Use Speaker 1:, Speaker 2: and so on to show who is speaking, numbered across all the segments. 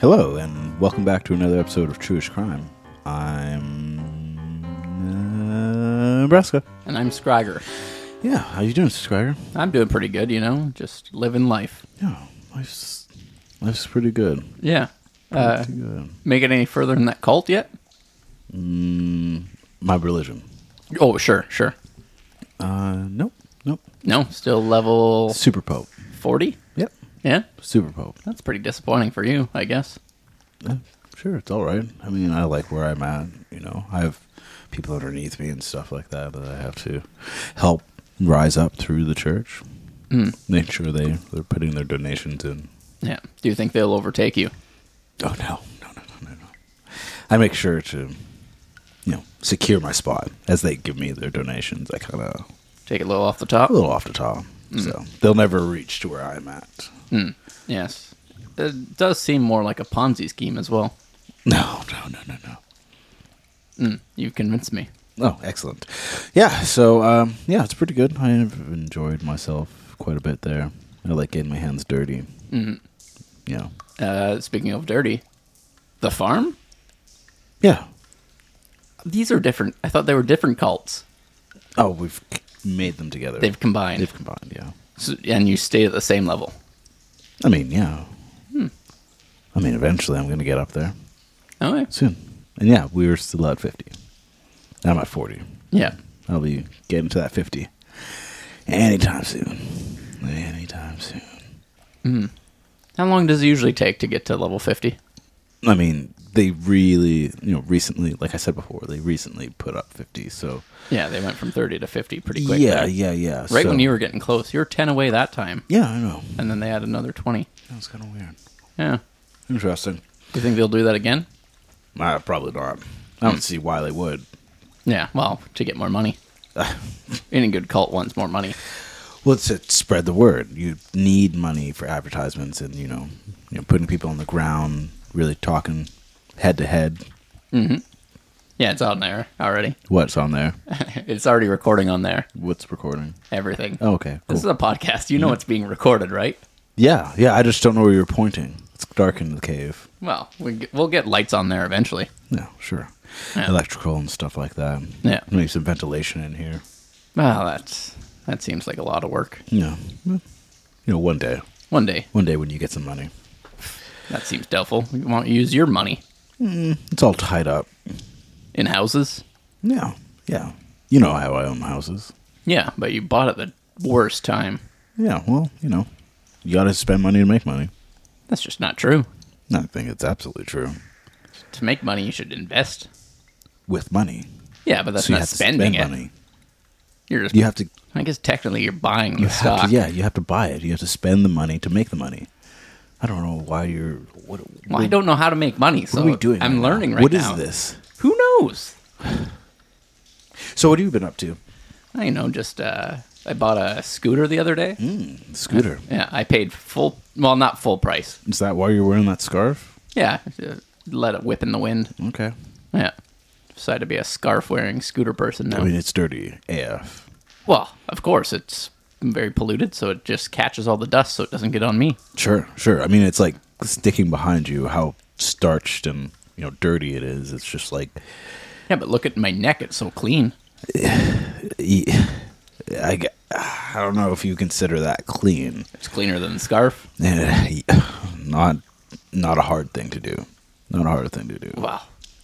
Speaker 1: Hello, and welcome back to another episode of Truish Crime. I'm uh, Nebraska.
Speaker 2: And I'm Scragger.
Speaker 1: Yeah, how you doing, subscriber?
Speaker 2: I'm doing pretty good, you know, just living life.
Speaker 1: Yeah, life's life's pretty good.
Speaker 2: Yeah. Uh,
Speaker 1: Pretty good.
Speaker 2: make it any further than that cult yet?
Speaker 1: Mm, My religion?
Speaker 2: Oh, sure, sure.
Speaker 1: Uh, nope, nope.
Speaker 2: No, still level
Speaker 1: Super Pope.
Speaker 2: 40?
Speaker 1: Yep,
Speaker 2: Yeah,
Speaker 1: Super Pope.
Speaker 2: that's pretty disappointing for you, I guess.
Speaker 1: Yeah, sure, it's all right. I mean, I like where I'm at. You know, I have people underneath me and stuff like that that I have to help rise up through the church. Make sure they they're putting their donations in.
Speaker 2: Yeah. Do you think they'll overtake you?
Speaker 1: Oh no, no, no, no, no, no! I make sure to, you know, secure my spot as they give me their donations. I kind of
Speaker 2: Take it low off the top?
Speaker 1: a little off the top,
Speaker 2: Mm.
Speaker 1: so they'll never reach to where I'm at.
Speaker 2: Hmm. Yes. It does seem more like a Ponzi scheme as well.
Speaker 1: No, no, no, no, no.
Speaker 2: Hmm. You've convinced me.
Speaker 1: Oh, excellent. Yeah, so um, yeah, it's pretty good. I've enjoyed myself quite a bit there. I like getting my hands dirty. Mm-hmm. Yeah,
Speaker 2: Uh, speaking of dirty, the farm?
Speaker 1: yeah.
Speaker 2: These are different. I thought they were different cults.
Speaker 1: Oh, we've made them together.
Speaker 2: They've combined.
Speaker 1: They've combined. Yeah.
Speaker 2: So- and you stayed at the same level.
Speaker 1: I mean, yeah.
Speaker 2: Hmm.
Speaker 1: I mean, eventually I'm going to get up there
Speaker 2: Oh, yeah.
Speaker 1: soon. And yeah, we were still at 50. I'm at 40.
Speaker 2: Yeah.
Speaker 1: I'll be getting to that 50 anytime soon. Anytime soon.
Speaker 2: How long does it usually take to get to level 50?
Speaker 1: I mean, they really, you know, recently, like I said before, they recently put up 50. So,
Speaker 2: Yeah, they went from 30 to 50 pretty quick.
Speaker 1: yeah,
Speaker 2: there.
Speaker 1: yeah, yeah.
Speaker 2: Right when you were getting close. You were 10 away that time.
Speaker 1: Yeah, I know.
Speaker 2: And then they had another 20.
Speaker 1: That was kind of weird.
Speaker 2: Yeah.
Speaker 1: Interesting.
Speaker 2: Do you think they'll do that again?
Speaker 1: Uh, probably not. I don't see why they would.
Speaker 2: Yeah, well, to get more money. Any good cult wants more money.
Speaker 1: Well, it's, it's spread the word. You need money for advertisements, and you know, you know, putting people on the ground, really talking head to head.
Speaker 2: Yeah, it's on there already.
Speaker 1: What's on there?
Speaker 2: it's already recording on there.
Speaker 1: What's recording?
Speaker 2: Everything.
Speaker 1: Oh, okay,
Speaker 2: This
Speaker 1: cool.
Speaker 2: is a podcast. You know it's being recorded, right?
Speaker 1: Yeah, yeah. I just don't know where you're pointing. It's dark in the cave.
Speaker 2: Well, we get, we'll get lights on there eventually.
Speaker 1: Yeah, sure.
Speaker 2: Yeah.
Speaker 1: Electrical and stuff like that.
Speaker 2: Yeah.
Speaker 1: Maybe some ventilation in here.
Speaker 2: Well, that's that seems like a lot of work.
Speaker 1: Yeah. Well, You know, one day,
Speaker 2: One day,
Speaker 1: one day when you get some money,
Speaker 2: that seems doubtful. You won't use your money
Speaker 1: it's all tied up.
Speaker 2: in houses.
Speaker 1: Yeah, yeah. You know how I own houses.
Speaker 2: Yeah, but you bought at the worst time.
Speaker 1: Yeah. Well, you know, you got to spend money to make money.
Speaker 2: That's just not true.
Speaker 1: I think it's absolutely true.
Speaker 2: To make money, you should invest.
Speaker 1: With money,
Speaker 2: Yeah, but that's
Speaker 1: so you
Speaker 2: not
Speaker 1: have to
Speaker 2: spending
Speaker 1: spend
Speaker 2: it.
Speaker 1: money.
Speaker 2: You're just,
Speaker 1: You have to,
Speaker 2: I guess technically you're buying the
Speaker 1: you
Speaker 2: stock.
Speaker 1: have to, yeah, you have to buy it. You have to spend the money to make the money. I don't know why you're. What,
Speaker 2: Well, I don't know how to make money, so
Speaker 1: what are we doing?
Speaker 2: I'm
Speaker 1: right
Speaker 2: learning
Speaker 1: now?
Speaker 2: right
Speaker 1: What is
Speaker 2: now.
Speaker 1: this?
Speaker 2: Who knows?
Speaker 1: So, what have you been up to?
Speaker 2: I you know. Just uh, I bought a scooter the other day.
Speaker 1: Hmm? Scooter.
Speaker 2: Yeah, I paid full. Well, not full price.
Speaker 1: Is that why you're wearing that scarf?
Speaker 2: Yeah, uh, let it whip in the wind.
Speaker 1: Okay.
Speaker 2: Yeah, decided to be a scarf wearing scooter person now.
Speaker 1: I mean, it's dirty AF.
Speaker 2: Well, of course it's very polluted, so it just catches all the dust, so it doesn't get on me.
Speaker 1: Sure, sure. I mean, it's like sticking behind you. How starched and you know dirty it is. It's just like
Speaker 2: Yeah, but look at my neck; it's so clean.
Speaker 1: e- I, g- I don't know if you consider that clean.
Speaker 2: It's cleaner than the scarf.
Speaker 1: Eh, not not a hard thing to do. Not a hard thing to do.
Speaker 2: Wow.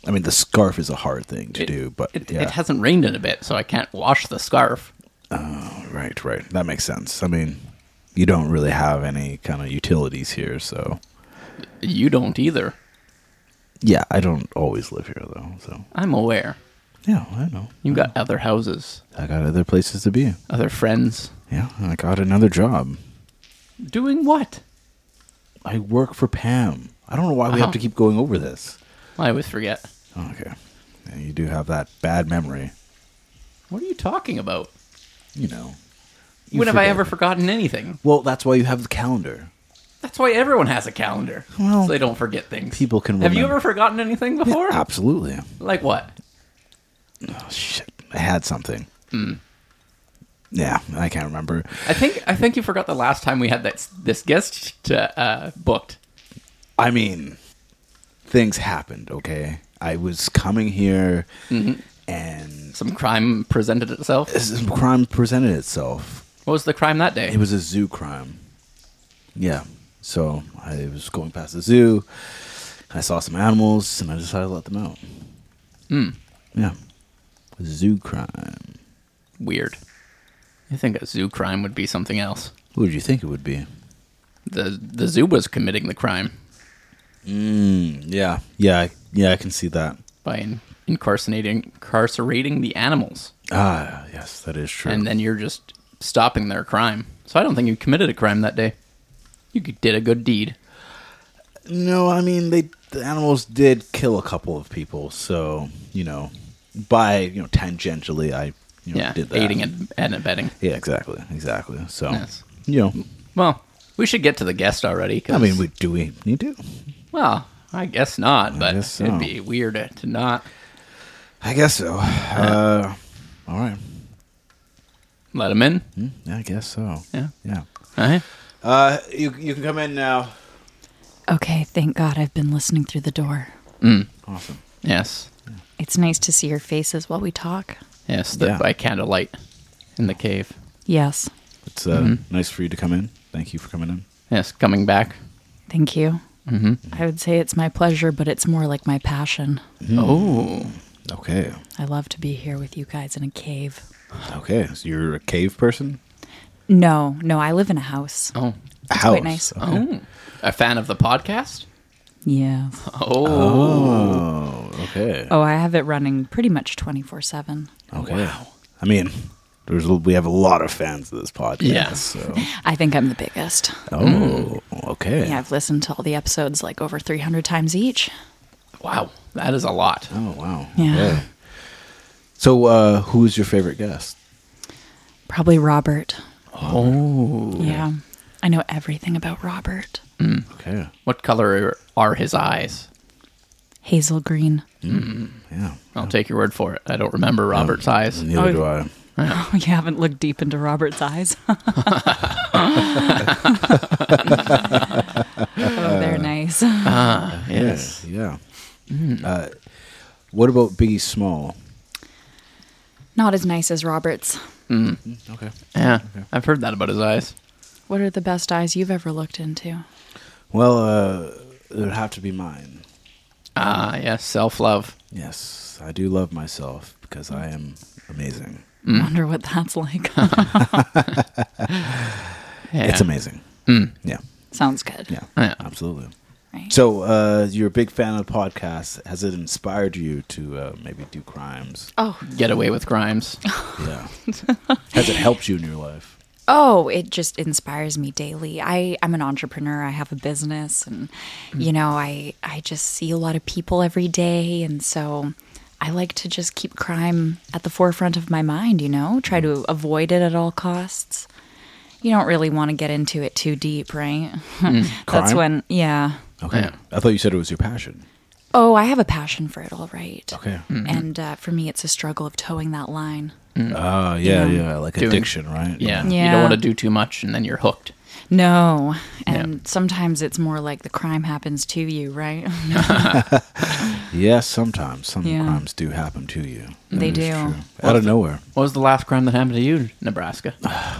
Speaker 1: I mean, the scarf is a hard thing to
Speaker 2: It-
Speaker 1: do, but
Speaker 2: It,
Speaker 1: yeah,
Speaker 2: it hasn't rained in a bit, so I can't wash the scarf.
Speaker 1: right, right. That makes sense. I mean, you don't really have any kind of utilities here, so
Speaker 2: You don't either.
Speaker 1: yeah, I don't always live here though. So
Speaker 2: I'm aware.
Speaker 1: yeah, I know.
Speaker 2: You've got other houses,
Speaker 1: I got other places to be.
Speaker 2: other friends.
Speaker 1: Yeah, I got another job.
Speaker 2: Doing what?
Speaker 1: I work for Pam. I don't know why we
Speaker 2: Oh.
Speaker 1: have to keep going over this.
Speaker 2: I always forget.
Speaker 1: Okay. Yeah, you do have that bad memory,
Speaker 2: What are you talking about?
Speaker 1: you know. You
Speaker 2: when have I
Speaker 1: forget.
Speaker 2: ever forgotten anything?
Speaker 1: Well, that's why you have the calendar.
Speaker 2: That's why everyone has a calendar.
Speaker 1: Well,
Speaker 2: so they don't forget things.
Speaker 1: people can uh,
Speaker 2: Have you
Speaker 1: remember.
Speaker 2: ever forgotten anything before?
Speaker 1: Absolutely.
Speaker 2: like what?
Speaker 1: Oh shit. I had something. Yeah, I can't remember.
Speaker 2: I think I think you forgot the last time we had that this guest uh, uh, booked.
Speaker 1: I mean, things happened. Okay, I was coming here, and
Speaker 2: Some crime presented itself.
Speaker 1: some crime presented itself.
Speaker 2: What was the crime that day?
Speaker 1: It was a zoo crime. Yeah. So I was going past the zoo. I saw some animals, and I decided to let them out. Yeah. Zoo crime.
Speaker 2: Weird. I think a zoo crime would be something else.
Speaker 1: What would you think it would be?
Speaker 2: The the zoo was committing the crime
Speaker 1: Mm, yeah. Yeah. I, yeah. I can see that.
Speaker 2: by in- incarcerating incarcerating the animals,
Speaker 1: Ah, yes, that is true.
Speaker 2: and then you're just stopping their crime. So I don't think you committed a crime that day. You did a good deed.
Speaker 1: No, I mean they the animals did kill a couple of people, so you know, by you know tangentially, I you know,
Speaker 2: Yeah,
Speaker 1: did that.
Speaker 2: aiding and, and abetting.
Speaker 1: Yeah, exactly, exactly. So
Speaker 2: Yes.
Speaker 1: you know,
Speaker 2: Well, we should get to the guest already. 'cause-
Speaker 1: I mean, we, do we need to?
Speaker 2: well, I guess not, but
Speaker 1: guess so.
Speaker 2: it'd be weird to not.
Speaker 1: I guess so. Uh, all right.
Speaker 2: Let him in. Uh-huh.
Speaker 1: Hmm, Yeah, I guess so.
Speaker 2: Yeah.
Speaker 1: Yeah.
Speaker 2: All right.
Speaker 1: Uh, you you can come in now.
Speaker 3: Okay, thank God I've been listening through the door.
Speaker 1: Awesome.
Speaker 2: Yes.
Speaker 3: It's nice to see your faces while we talk.
Speaker 2: Yes. The,
Speaker 1: Yeah.
Speaker 2: By candlelight in the cave.
Speaker 3: Yes,
Speaker 1: It's uh,
Speaker 2: Mm-hmm.
Speaker 1: nice for you to come in. Thank you for coming in.
Speaker 2: Yes. Coming back.
Speaker 3: thank you. Mm-hmm. I would say it's my pleasure, but it's more like my passion.
Speaker 2: Oh.
Speaker 1: Okay.
Speaker 3: I love to be here with you guys in a cave.
Speaker 1: Okay. So you're a cave person.
Speaker 3: No, no, I live in a house.
Speaker 2: Oh.
Speaker 1: House.
Speaker 3: quite nice.
Speaker 1: Okay.
Speaker 2: A fan of the podcast?
Speaker 3: Yeah.
Speaker 2: Oh.
Speaker 1: Oh. Okay.
Speaker 3: Oh, I have it running pretty much 24 7.
Speaker 1: Okay. Oh, I mean, there's we have a lot of fans of this podcast.
Speaker 2: Yeah.
Speaker 1: So.
Speaker 2: Mm-hmm.
Speaker 3: I think I'm the biggest.
Speaker 1: Oh, okay.
Speaker 3: Yeah, I've listened to all the episodes like over 300 times each.
Speaker 2: Wow. That is a lot.
Speaker 1: Oh wow.
Speaker 3: Yeah.
Speaker 1: Okay. So, uh, who's your favorite guest?
Speaker 3: Probably Robert.
Speaker 2: Oh.
Speaker 3: Yeah. I know everything about Robert.
Speaker 1: Okay.
Speaker 2: What color are his eyes?
Speaker 3: Hazel Green.
Speaker 1: Yeah.
Speaker 2: I'll take your word for it. I don't remember Robert's eyes.
Speaker 1: Neither
Speaker 3: Oh,
Speaker 1: do I.
Speaker 3: Oh, you haven't looked deep into Robert's eyes. oh, they're nice.
Speaker 2: Ah, yes. Mm.
Speaker 1: Yes. Yeah. Uh, what about Biggie Small?
Speaker 3: Not as nice as Robert's.
Speaker 2: Mm-hmm.
Speaker 1: Okay.
Speaker 2: Yeah. I've heard that about his eyes.
Speaker 3: What are the best eyes you've ever looked into?
Speaker 1: Well, uh, it would have to be mine.
Speaker 2: Ah, yes. Self love.
Speaker 1: Yes, I do love myself because I am amazing.
Speaker 3: Wonder what that's like.
Speaker 2: Yeah. Mm.
Speaker 1: It's amazing. Yeah.
Speaker 3: Sounds good.
Speaker 1: Yeah.
Speaker 2: Yeah.
Speaker 1: Absolutely.
Speaker 3: Right?
Speaker 1: So uh, you're a big fan of podcasts. Has it inspired you to uh, maybe do crimes?
Speaker 3: oh,
Speaker 2: Get away with crimes.
Speaker 1: Yeah. Has it helped you in your life?
Speaker 3: Oh, it just inspires me daily. I, I'm an entrepreneur. I have a business and
Speaker 1: Hmm.
Speaker 3: you know, I I just see a lot of people every day and so I like to just keep crime at the forefront of my mind, you know, try
Speaker 1: Hmm.
Speaker 3: to avoid it at all costs. You don't really want to get into it too deep, right? That's
Speaker 1: Hmm. Crime?
Speaker 3: when yeah.
Speaker 1: Okay.
Speaker 2: Yeah.
Speaker 1: I thought you said it was your passion.
Speaker 3: Oh, I have a passion for it all right.
Speaker 1: Okay.
Speaker 2: Mm-hmm.
Speaker 1: Hmm.
Speaker 3: And uh, for me it's a struggle of towing that line.
Speaker 1: Oh, yeah,
Speaker 3: You know,
Speaker 1: yeah. Like
Speaker 2: doing-
Speaker 1: addiction, right?
Speaker 2: Yeah. You
Speaker 3: Yeah.
Speaker 2: don't want to do too much and then you're hooked.
Speaker 3: No. And sometimes it's more like the crime happens to you, right?
Speaker 1: Yeah, sometimes. Some
Speaker 3: Yeah.
Speaker 1: crimes do happen to you.
Speaker 3: They
Speaker 1: is
Speaker 3: do.
Speaker 1: Out of nowhere.
Speaker 2: What was the last crime that happened to you, Nebraska?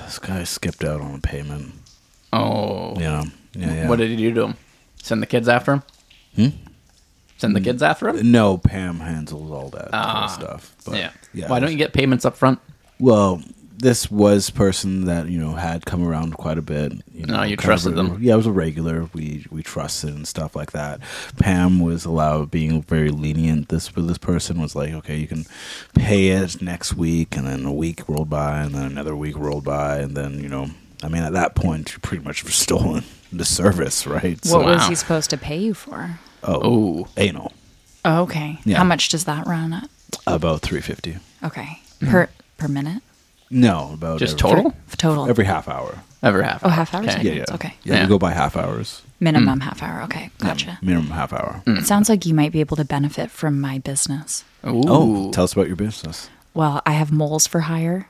Speaker 1: This guy skipped out on a payment.
Speaker 2: Oh.
Speaker 1: You know? Yeah, yeah. Hmm?
Speaker 2: What did he do to him? Send the kids after him? Send the kids after him?
Speaker 1: no, Pam handles all that
Speaker 2: Ah.
Speaker 1: kind of stuff. But
Speaker 2: yeah. Why don't you get payments up front?
Speaker 1: Well, this was person that you know had come around quite a bit. You
Speaker 2: No,
Speaker 1: know,
Speaker 2: Oh, you
Speaker 1: kind of
Speaker 2: trusted
Speaker 1: a-
Speaker 2: them.
Speaker 1: Yeah, it was a regular. We we trusted and stuff like that. Pam was allowed being very lenient. This this person was like, okay, you can pay it next week, and then a week rolled by, and then another week rolled by, and then you know, I mean, at that point, you pretty much were stolen the service, right?
Speaker 3: What was
Speaker 2: Wow.
Speaker 3: he supposed to pay you for?
Speaker 2: Oh.
Speaker 1: anal
Speaker 3: Oh, okay.
Speaker 1: Yeah.
Speaker 3: How much does that run at?
Speaker 1: about three fifty.
Speaker 3: Okay.
Speaker 1: Mm-hmm.
Speaker 3: Per per minute?
Speaker 1: No, about
Speaker 2: Just
Speaker 1: every,
Speaker 2: total?
Speaker 3: F- Total.
Speaker 1: every half hour.
Speaker 2: Ever half
Speaker 3: Oh, half hours?
Speaker 1: Yeah,
Speaker 2: Okay.
Speaker 1: yeah,
Speaker 3: Okay.
Speaker 1: Yeah,
Speaker 2: Yeah.
Speaker 1: we go by half hours.
Speaker 3: Minimum half hour. Okay.
Speaker 1: Mm. Yeah, Mm.
Speaker 3: Gotcha.
Speaker 1: minimum half hour.
Speaker 3: It sounds like you might be able to benefit from my business.
Speaker 2: Ooh.
Speaker 1: Oh, tell us about your business.
Speaker 3: Well, I have moles for hire.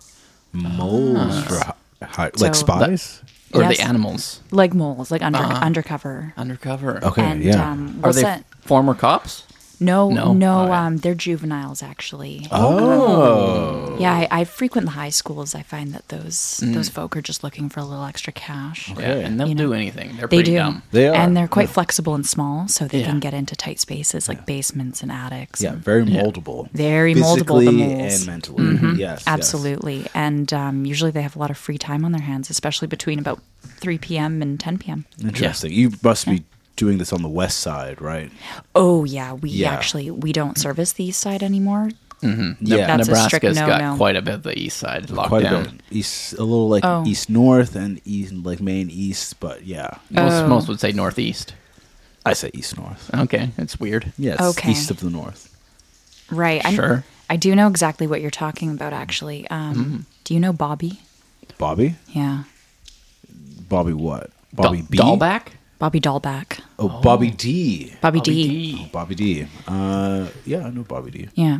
Speaker 1: Moles for hi- hi- like
Speaker 3: Ah. So-
Speaker 1: spies?
Speaker 2: or
Speaker 3: Yes.
Speaker 2: the animals
Speaker 3: Like moles, like under undercover.
Speaker 2: undercover.
Speaker 1: Uh-huh. Okay,
Speaker 3: and
Speaker 1: yeah.
Speaker 3: um,
Speaker 2: Are
Speaker 3: we'll
Speaker 2: they
Speaker 3: send-
Speaker 2: former cops?
Speaker 3: no,
Speaker 2: No?
Speaker 3: no,
Speaker 2: All right.
Speaker 3: um, they're juveniles actually.
Speaker 1: oh, Mm.
Speaker 3: Yeah, I, I frequent the high schools. I find that those those folk are just looking for a little extra cash.
Speaker 1: Okay.
Speaker 2: Yeah, and they'll
Speaker 3: You know.
Speaker 2: do anything. They're
Speaker 3: They
Speaker 2: pretty
Speaker 3: do.
Speaker 2: dumb.
Speaker 1: They are,
Speaker 3: And they're quite
Speaker 1: yeah.
Speaker 3: flexible and small, so they
Speaker 2: Yeah.
Speaker 3: can get into tight spaces like basements and attics.
Speaker 1: yeah,
Speaker 3: and-
Speaker 1: very moldable,
Speaker 3: Very moldable,
Speaker 1: Physically
Speaker 3: the moles. Mm-hmm.
Speaker 1: and mentally. Yes, yes.
Speaker 3: Absolutely. And um, usually they have a lot of free time on their hands, especially between about 3 p.m. and 10 p.m.
Speaker 1: Interesting. You must be doing this on the west side, right?
Speaker 3: Oh, yeah. We
Speaker 1: Yeah.
Speaker 3: actually, we don't service the east side anymore.
Speaker 1: yeah,
Speaker 3: That's a strict
Speaker 2: Nebraska's got
Speaker 3: no-no.
Speaker 2: quite a bit of the east side locked
Speaker 1: quite
Speaker 2: down.
Speaker 1: a bit east, a little like
Speaker 3: Oh.
Speaker 1: east north and east, like main east, but yeah,
Speaker 2: Most,
Speaker 3: Oh.
Speaker 2: most would say northeast.
Speaker 1: I say east north.
Speaker 2: Okay, it's weird.
Speaker 1: Yeah, it's
Speaker 3: Okay.
Speaker 1: east of the north.
Speaker 3: Right. I-
Speaker 2: Sure.
Speaker 3: I do know exactly what you're talking about, actually. Um,
Speaker 1: Mm-hmm.
Speaker 3: Do you know Bobby?
Speaker 1: Bobby,
Speaker 3: Yeah.
Speaker 1: Bobby, what? Bobby
Speaker 2: Dahl-
Speaker 1: B.
Speaker 2: Dahlback?
Speaker 3: Bobby Dahlback.
Speaker 1: Oh, Bobby D.
Speaker 3: Bobby,
Speaker 2: Bobby
Speaker 3: D.
Speaker 1: Oh, Bobby D. Uh, yeah, I know Bobby D.
Speaker 3: Yeah.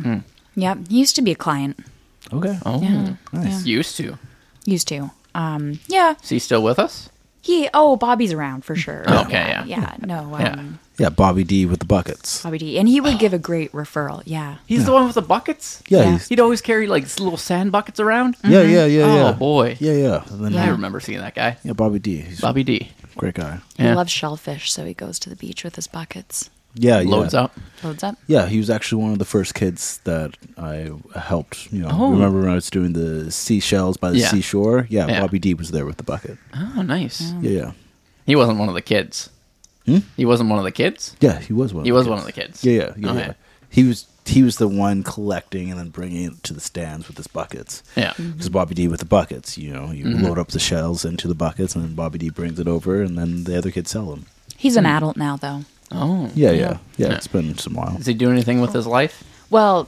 Speaker 3: Yeah. He used to be a client.
Speaker 1: Okay.
Speaker 2: Oh,
Speaker 3: Yeah.
Speaker 1: nice.
Speaker 2: used to.
Speaker 3: Used to. Um, yeah.
Speaker 2: Is he still with us?
Speaker 3: He, oh, Bobby's around for sure.
Speaker 2: Okay, yeah.
Speaker 3: Yeah. no. Um,
Speaker 2: Yeah.
Speaker 1: Yeah, Bobby D with the buckets.
Speaker 3: Bobby D. And he would give a great referral. Yeah.
Speaker 2: He's the one with the buckets.
Speaker 1: Yeah,
Speaker 3: Yeah.
Speaker 1: he's-
Speaker 2: He'd always carry like these little sand buckets around.
Speaker 1: yeah, yeah, yeah,
Speaker 2: Oh,
Speaker 1: yeah.
Speaker 2: boy.
Speaker 1: Yeah, yeah. And then
Speaker 2: I
Speaker 1: yeah.
Speaker 2: remember seeing that guy,
Speaker 1: yeah, Bobby D. He's
Speaker 2: Bobby D.
Speaker 1: a great guy.
Speaker 2: Yeah.
Speaker 3: He loves shellfish, so he goes to the beach with his buckets.
Speaker 1: Yeah, yeah.
Speaker 2: Loads up.
Speaker 3: Loads up.
Speaker 1: Yeah, he was actually one of the first kids that I helped. You know,
Speaker 2: Oh.
Speaker 1: remember when I was doing the seashells by the
Speaker 2: Yeah.
Speaker 1: seashore? Yeah,
Speaker 2: Yeah.
Speaker 1: Bobby D was there with the bucket.
Speaker 2: Oh, nice.
Speaker 1: Yeah, yeah,
Speaker 2: He wasn't one of the kids.
Speaker 1: Hmm?
Speaker 2: He wasn't one of the kids.
Speaker 1: yeah. He was one.
Speaker 2: He
Speaker 1: of
Speaker 2: was
Speaker 1: the
Speaker 2: one
Speaker 1: kids.
Speaker 2: of the kids.
Speaker 1: Yeah, yeah, yeah,
Speaker 2: Okay.
Speaker 1: yeah. He was he was the one collecting and then bringing it to the stands with his buckets.
Speaker 2: Yeah. Mm-hmm.
Speaker 1: Because Bobby D with the buckets, you know, you load up the shells into the buckets, and then Bobby D brings it over, and then the other kids sell them.
Speaker 3: He's an adult now, though.
Speaker 2: Oh.
Speaker 1: Yeah, yeah, yeah.
Speaker 2: Yeah.
Speaker 1: It's been some while.
Speaker 2: Does he do anything with his life?
Speaker 3: Well,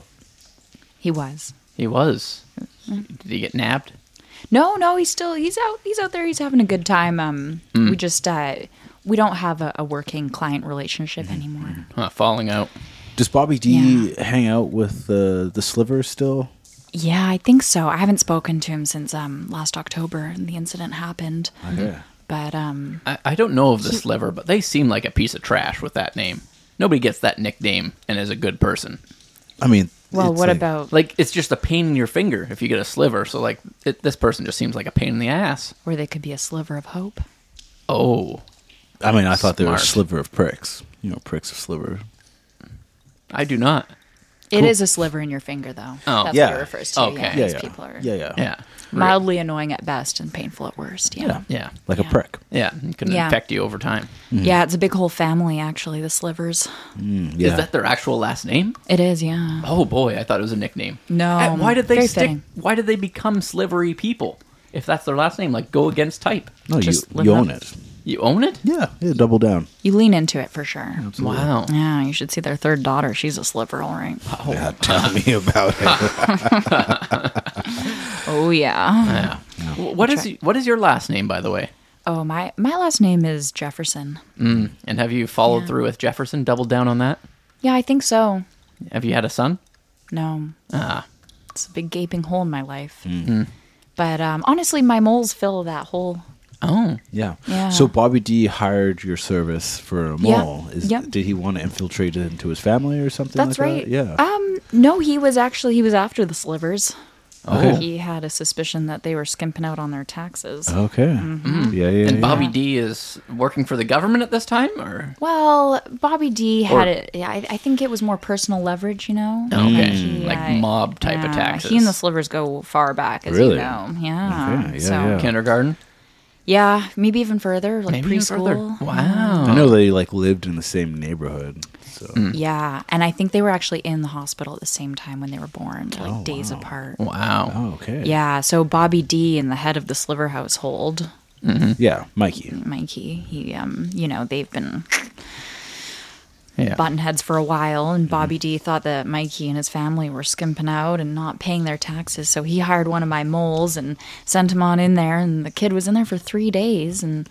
Speaker 3: he was.
Speaker 2: He was. Did he get nabbed?
Speaker 3: No, no, he's still he's out he's out there. He's having a good time. Um, we just uh, we don't have a, a working client relationship anymore.
Speaker 2: Huh, falling out.
Speaker 1: Does Bobby D hang out with the the slivers still?
Speaker 3: Yeah, I think so. I haven't spoken to him since um last October and the incident happened.
Speaker 1: Okay.
Speaker 3: But um,
Speaker 2: I, I don't know of this lever, but they seem like a piece of trash with that name. Nobody gets that nickname and is a good person.
Speaker 1: I mean,
Speaker 3: well,
Speaker 1: it's
Speaker 3: what
Speaker 1: like-
Speaker 3: about
Speaker 2: Like it's just a pain in your finger if you get a sliver. So like it, this person just seems like a pain in the ass.
Speaker 3: where they could be a sliver of hope?
Speaker 2: Oh,
Speaker 1: I mean, I thought they were a
Speaker 2: Smart.
Speaker 1: sliver of pricks. You know, pricks of sliver.
Speaker 2: I do not.
Speaker 3: It is a sliver in your finger, though.
Speaker 2: Oh.
Speaker 3: that's
Speaker 1: Yeah.
Speaker 3: what it refers to.
Speaker 2: Okay.
Speaker 3: Yeah,
Speaker 1: Yeah,
Speaker 3: these
Speaker 1: yeah.
Speaker 3: people are
Speaker 1: yeah, yeah,
Speaker 2: Yeah.
Speaker 3: mildly annoying at best and painful at worst. Yeah.
Speaker 1: Yeah.
Speaker 3: Yeah,
Speaker 2: Yeah.
Speaker 1: Like a
Speaker 3: Yeah.
Speaker 1: prick.
Speaker 2: Yeah. It can
Speaker 3: Yeah.
Speaker 2: infect you over time.
Speaker 1: Mm-hmm.
Speaker 3: it's a big whole family actually. The slivers.
Speaker 1: Yeah,
Speaker 2: Is that their actual last name?
Speaker 3: It is. Yeah.
Speaker 2: Oh boy, I thought it was a nickname.
Speaker 3: No,
Speaker 2: Uh, Why did they
Speaker 3: very
Speaker 2: stick?
Speaker 3: fitting.
Speaker 2: Why did they become slivery people? If that's their last name, like go against type.
Speaker 1: no, you,
Speaker 3: just live
Speaker 1: you own
Speaker 3: up.
Speaker 1: it.
Speaker 2: You own it.
Speaker 1: Yeah, yeah. Double down.
Speaker 3: You lean into it for sure.
Speaker 2: Wow.
Speaker 3: Yeah, you should see their third daughter. She's a sliver, all right.
Speaker 1: Yeah, tell me about it.
Speaker 3: Oh yeah.
Speaker 2: Yeah. Wh- What is what is your last name, by the way?
Speaker 3: Oh my my last name is Jefferson.
Speaker 2: And have you followed through with Jefferson? Doubled down on that.
Speaker 3: Yeah, I think so.
Speaker 2: Have you had a son?
Speaker 3: No.
Speaker 2: Ah. Hmm.
Speaker 3: It's a big gaping hole in my life.
Speaker 1: Mm-hmm.
Speaker 3: But um, honestly, my moles fill that hole.
Speaker 2: Oh.
Speaker 1: Yeah.
Speaker 3: Yeah.
Speaker 1: So Bobby D hired your service for a mole. Is
Speaker 3: Yep.
Speaker 1: did he want to infiltrate it into his family or something?
Speaker 3: That's
Speaker 1: like
Speaker 3: right.
Speaker 1: That? Yeah.
Speaker 3: Um, no, he was actually he was after the slivers.
Speaker 2: Oh.
Speaker 3: He had a suspicion that they were skimping out on their taxes.
Speaker 1: okay.
Speaker 3: Mm-hmm.
Speaker 1: Yeah, yeah.
Speaker 2: And
Speaker 1: yeah.
Speaker 2: Bobby D is working for the government at this time, or
Speaker 3: Well, Bobby D
Speaker 2: Or- Oh,
Speaker 3: had it. Yeah, I, I think it was more personal leverage, you know.
Speaker 2: Okay.
Speaker 3: he,
Speaker 2: Like
Speaker 3: uh,
Speaker 2: mob type of taxes.
Speaker 3: He and the Slivers go far back, as
Speaker 1: Really?
Speaker 3: you know. Yeah.
Speaker 1: Okay, yeah,
Speaker 3: so
Speaker 1: yeah.
Speaker 3: yeah.
Speaker 2: kindergarten?
Speaker 3: maybe even further, like
Speaker 2: Maybe even further.
Speaker 3: preschool.
Speaker 2: Wow.
Speaker 1: I know
Speaker 3: Oh.
Speaker 1: they like lived in the same neighborhood. So
Speaker 3: Mm. Yeah, and I think they were actually in the hospital at the same time when they were born, like
Speaker 1: Oh,
Speaker 3: days
Speaker 1: wow.
Speaker 3: apart.
Speaker 2: Wow.
Speaker 1: Oh, okay.
Speaker 3: Yeah, so Bobby D and the head of the Sliver household,
Speaker 1: Mm-hmm. Yeah, Mikey.
Speaker 3: Mikey, he, um, you know, they've been
Speaker 2: Yeah.
Speaker 3: button heads for a while, and Bobby D thought that Mikey and his family were skimping out and not paying their taxes, so he hired one of my moles and sent him on in there, and the kid was in there for three days, and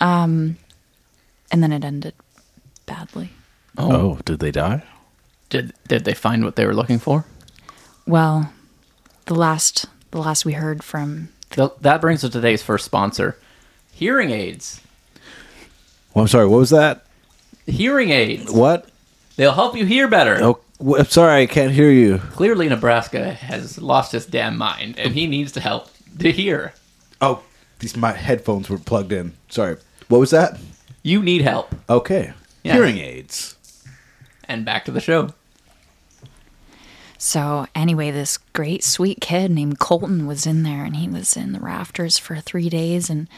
Speaker 3: um, and then it ended badly.
Speaker 2: Oh.
Speaker 1: oh did they die?
Speaker 2: Did did they find what they were looking for?
Speaker 3: Well, the last the last we heard from
Speaker 2: Th- That brings us to today's first sponsor, Hearing aids.
Speaker 1: Well, I'm sorry. What was that?
Speaker 2: Hearing aids.
Speaker 1: What?
Speaker 2: They'll help you hear better.
Speaker 1: Oh, w- I'm sorry. I can't hear you.
Speaker 2: Clearly, Nebraska has lost his damn mind, and he needs to help to hear.
Speaker 1: Oh, these my headphones were plugged in. Sorry. What was that?
Speaker 2: You need help.
Speaker 1: Okay.
Speaker 2: Yeah.
Speaker 1: Hearing aids.
Speaker 2: And back to the show.
Speaker 3: So, anyway, this great sweet kid named Colton was in there and he was in the rafters for three days. And